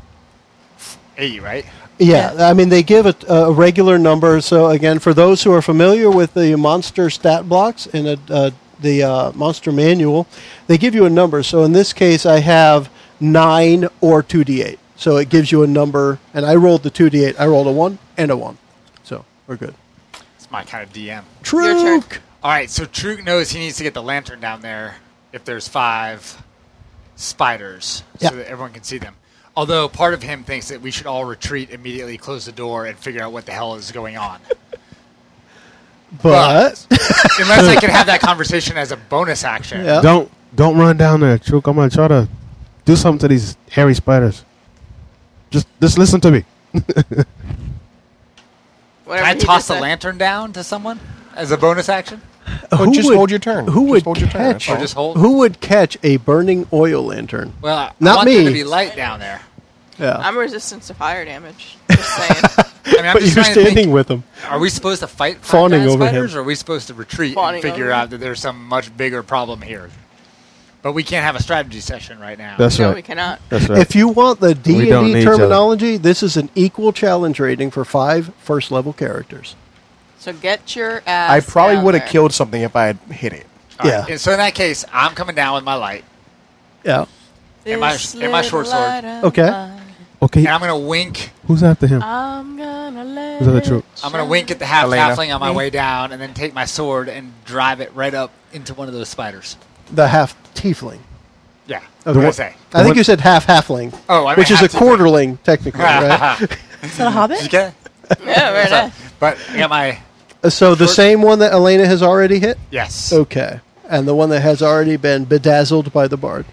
S10: f- eight, right?
S2: Yeah, I mean, they give a, a regular number. So, again, for those who are familiar with the monster stat blocks in a, uh, the uh, monster manual, they give you a number. So, in this case, I have 9 or 2d8. So, it gives you a number. And I rolled the 2d8. I rolled a 1 and a 1. So, we're good.
S10: It's my kind of DM.
S8: Your turn.
S2: True.
S10: All right. So Truk knows he needs to get the lantern down there. If there's five spiders,
S2: Yeah.
S10: so that everyone can see them. Although part of him thinks that we should all retreat immediately, close the door, and figure out what the hell is going
S2: <laughs>
S10: on.
S2: But,
S10: Unless I can have that conversation as a bonus action.
S2: yeah.
S6: Don't don't run down there, Chook. I'm gonna try to do something to these hairy spiders. Just just listen to me.
S7: Whatever
S5: Can I
S7: he
S5: toss
S7: just
S5: the
S7: said.
S5: lantern down to someone as a bonus action?
S3: Well, Oh, just hold your turn.
S2: Who
S3: Just
S2: would
S3: hold your turn,
S2: catch?
S3: that's all. Or
S5: just hold-
S2: Who would catch a burning oil lantern?
S5: Well, I
S2: not
S5: want
S2: me.
S5: there to be light down there.
S2: yeah,
S7: I'm resistant to fire damage. Just saying.
S5: I mean, I'm
S2: but
S5: just
S2: you're
S5: trying to
S2: standing
S5: think,
S2: with them.
S5: Are we supposed to fight five
S2: Fawning
S5: giant
S2: over him.
S5: spiders, or are we supposed to retreat
S7: Fawning
S5: and figure
S7: over
S5: out that there's some much bigger problem here? But we can't have a strategy session right now.
S6: That's
S7: no,
S6: right.
S7: we cannot.
S6: That's right.
S2: If you want the D
S6: don't
S2: and
S6: need
S2: D
S6: each other.
S2: terminology, this is an equal challenge rating for five first level characters.
S7: So get your ass.
S3: I probably
S7: down
S3: would have
S7: there.
S3: killed something if I had hit it.
S5: All right,
S2: yeah.
S5: and so in that case, I'm coming down with my light
S2: Yeah.
S5: and my
S7: This
S5: and my short
S7: little
S5: sword,
S7: light of
S2: Okay.
S7: mine,
S6: Okay,
S5: and I'm gonna wink.
S6: who's after him?
S7: I'm gonna let.
S6: Who's after
S7: it
S6: Troop?
S5: I'm gonna
S7: shine.
S5: wink at the half
S3: Elena.
S5: halfling on my way down, and then take my sword and drive it right up into one of those spiders.
S2: The half tiefling.
S5: Yeah.
S2: Okay.
S5: What did I say?
S2: I think you said half halfling.
S5: Oh, I meant
S2: which is a
S5: half-tiefling.
S2: quarterling technically, <laughs>
S5: <laughs>
S2: right?
S4: Is that a hobbit?
S5: Did you get it?
S7: Yeah, right
S5: Sorry.
S7: <laughs> on.
S5: But yeah, my
S2: So the same one that Elena has already hit.
S5: yes,
S2: Okay, and the one that has already been bedazzled by the bard.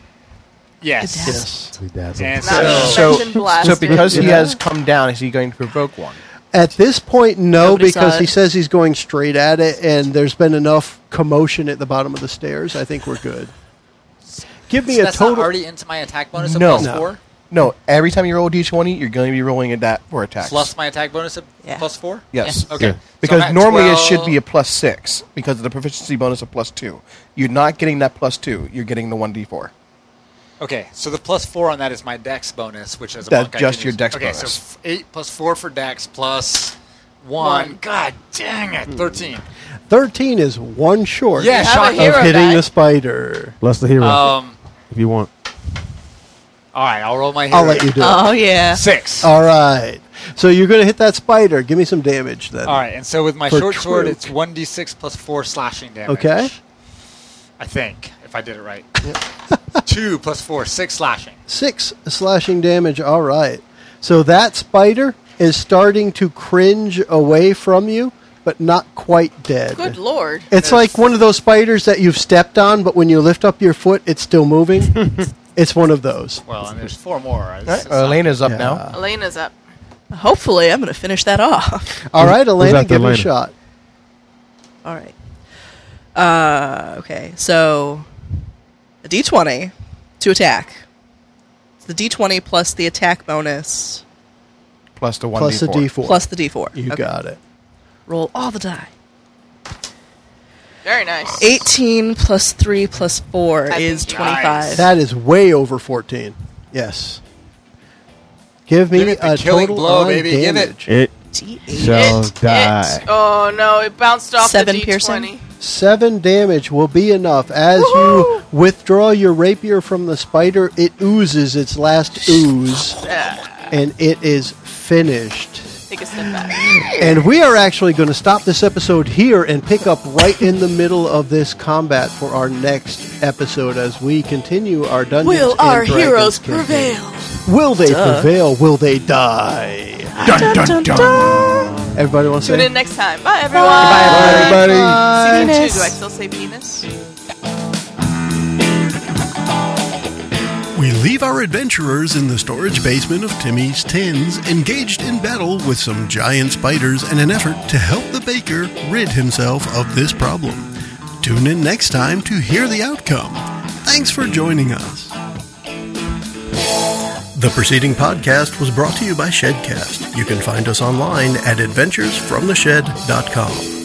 S5: yes,
S2: Yes.
S7: Not
S5: And so,
S3: So,
S7: suspension
S3: so
S7: blasted.
S3: because he
S2: Yeah.
S3: has come down, is he going to provoke one?
S2: At this point, no,
S4: Nobody saw
S2: because
S4: it.
S2: he says he's going straight at it, and there's been enough commotion at the bottom of the stairs. I think we're good. Give me
S5: so
S2: a
S5: that's not
S2: total.
S5: already into my attack bonus of
S3: No.
S5: plus
S2: No.
S5: four.
S3: No, every time you roll a d20, you're going to be rolling a dat for attacks.
S5: Plus my attack bonus of
S4: Yeah.
S5: plus four.
S3: Yes.
S5: Okay.
S6: Yeah.
S5: So
S3: Because
S5: I'm at
S3: normally it should
S5: 12.
S3: be a plus six because of the proficiency bonus of plus two. You're not getting that plus two. You're getting the one d four.
S5: Okay, so the plus four on that is my dex bonus, which is a
S3: That's
S5: monk I
S3: just
S5: can
S3: your
S5: use.
S3: dex
S5: okay,
S3: bonus.
S5: so f- eight plus four for dex plus one.
S7: One.
S5: God dang
S3: Hmm.
S5: it, thirteen.
S2: Thirteen is one short
S5: Yeah,
S7: Have
S5: shot
S7: a
S5: of
S2: of
S7: hero
S2: hitting
S7: die.
S2: the spider.
S6: Bless the hero
S5: Um,
S6: if you want.
S5: all right, I'll roll my. Hero.
S2: I'll let you do it.
S4: Oh yeah.
S5: Six.
S2: All right. So you're going to hit that spider. Give me some damage then.
S5: all right, and so with my
S2: For
S5: short sword,
S2: Truk.
S5: it's one d six plus four slashing damage.
S2: Okay.
S5: I think if I did
S3: <laughs>
S5: it right. Two plus four, six slashing.
S2: Six slashing damage. All right. So that spider is starting to cringe away from you, but not quite dead.
S7: Good lord.
S2: It's like one of those spiders that you've stepped on, but when you lift up your foot, it's still moving. <laughs> it's one of those.
S5: Well, and there's four more. It's- it's not-
S3: Elena's Uh, up
S2: Yeah.
S3: now.
S7: Elena's up.
S4: Hopefully, I'm gonna finish that off. <laughs>
S2: All right, Elena,
S6: after
S2: give me a
S6: Elena?
S2: shot.
S4: All right. Uh, okay, so a d20 to attack. It's the d20 plus the attack bonus
S3: Plus the one
S2: Plus a
S3: d4.
S2: D4.
S4: plus the d4.
S2: You
S4: Okay.
S2: got it.
S4: Roll all the die.
S7: Very nice.
S4: 18 plus 3 plus 4
S7: I
S4: is
S7: think-
S4: 25.
S5: Nice.
S2: That is way over 14. Yes. Give me
S5: Give it the
S2: a
S5: killing
S2: total
S5: blow,
S2: on
S5: baby. Give it.
S2: damage.
S6: It
S4: D8.
S6: shall
S7: It-
S6: die.
S7: it- Oh no! It bounced off
S4: Seven
S7: the d20.
S4: piercing?
S2: Seven damage will be enough. As you withdraw your rapier from the spider, it oozes its last ooze,
S7: Yeah.
S2: and it is finished.
S7: Take a step back.
S2: <laughs> And we are actually going to stop this episode here and pick up right in the middle of this combat for our next episode as we continue our Dungeons
S4: Will
S2: and
S4: our
S2: Dragons
S4: heroes
S2: campaign.
S4: prevail?
S2: Will they
S4: Duh.
S2: prevail? Will they die?
S4: Dun, dun, dun.
S2: Everybody wants to
S7: Tune
S2: say
S7: in next time. Bye everyone.
S6: Everybody.
S7: Season
S4: Penis.
S7: two. Do I still say penis?
S12: We leave our adventurers in the storage basement of Timmy's Tins, engaged in battle with some giant spiders and an effort to help the baker rid himself of this problem. Tune in next time to hear the outcome. Thanks for joining us. The preceding podcast was brought to you by Shedcast. You can find us online at adventuresfromtheshed.com.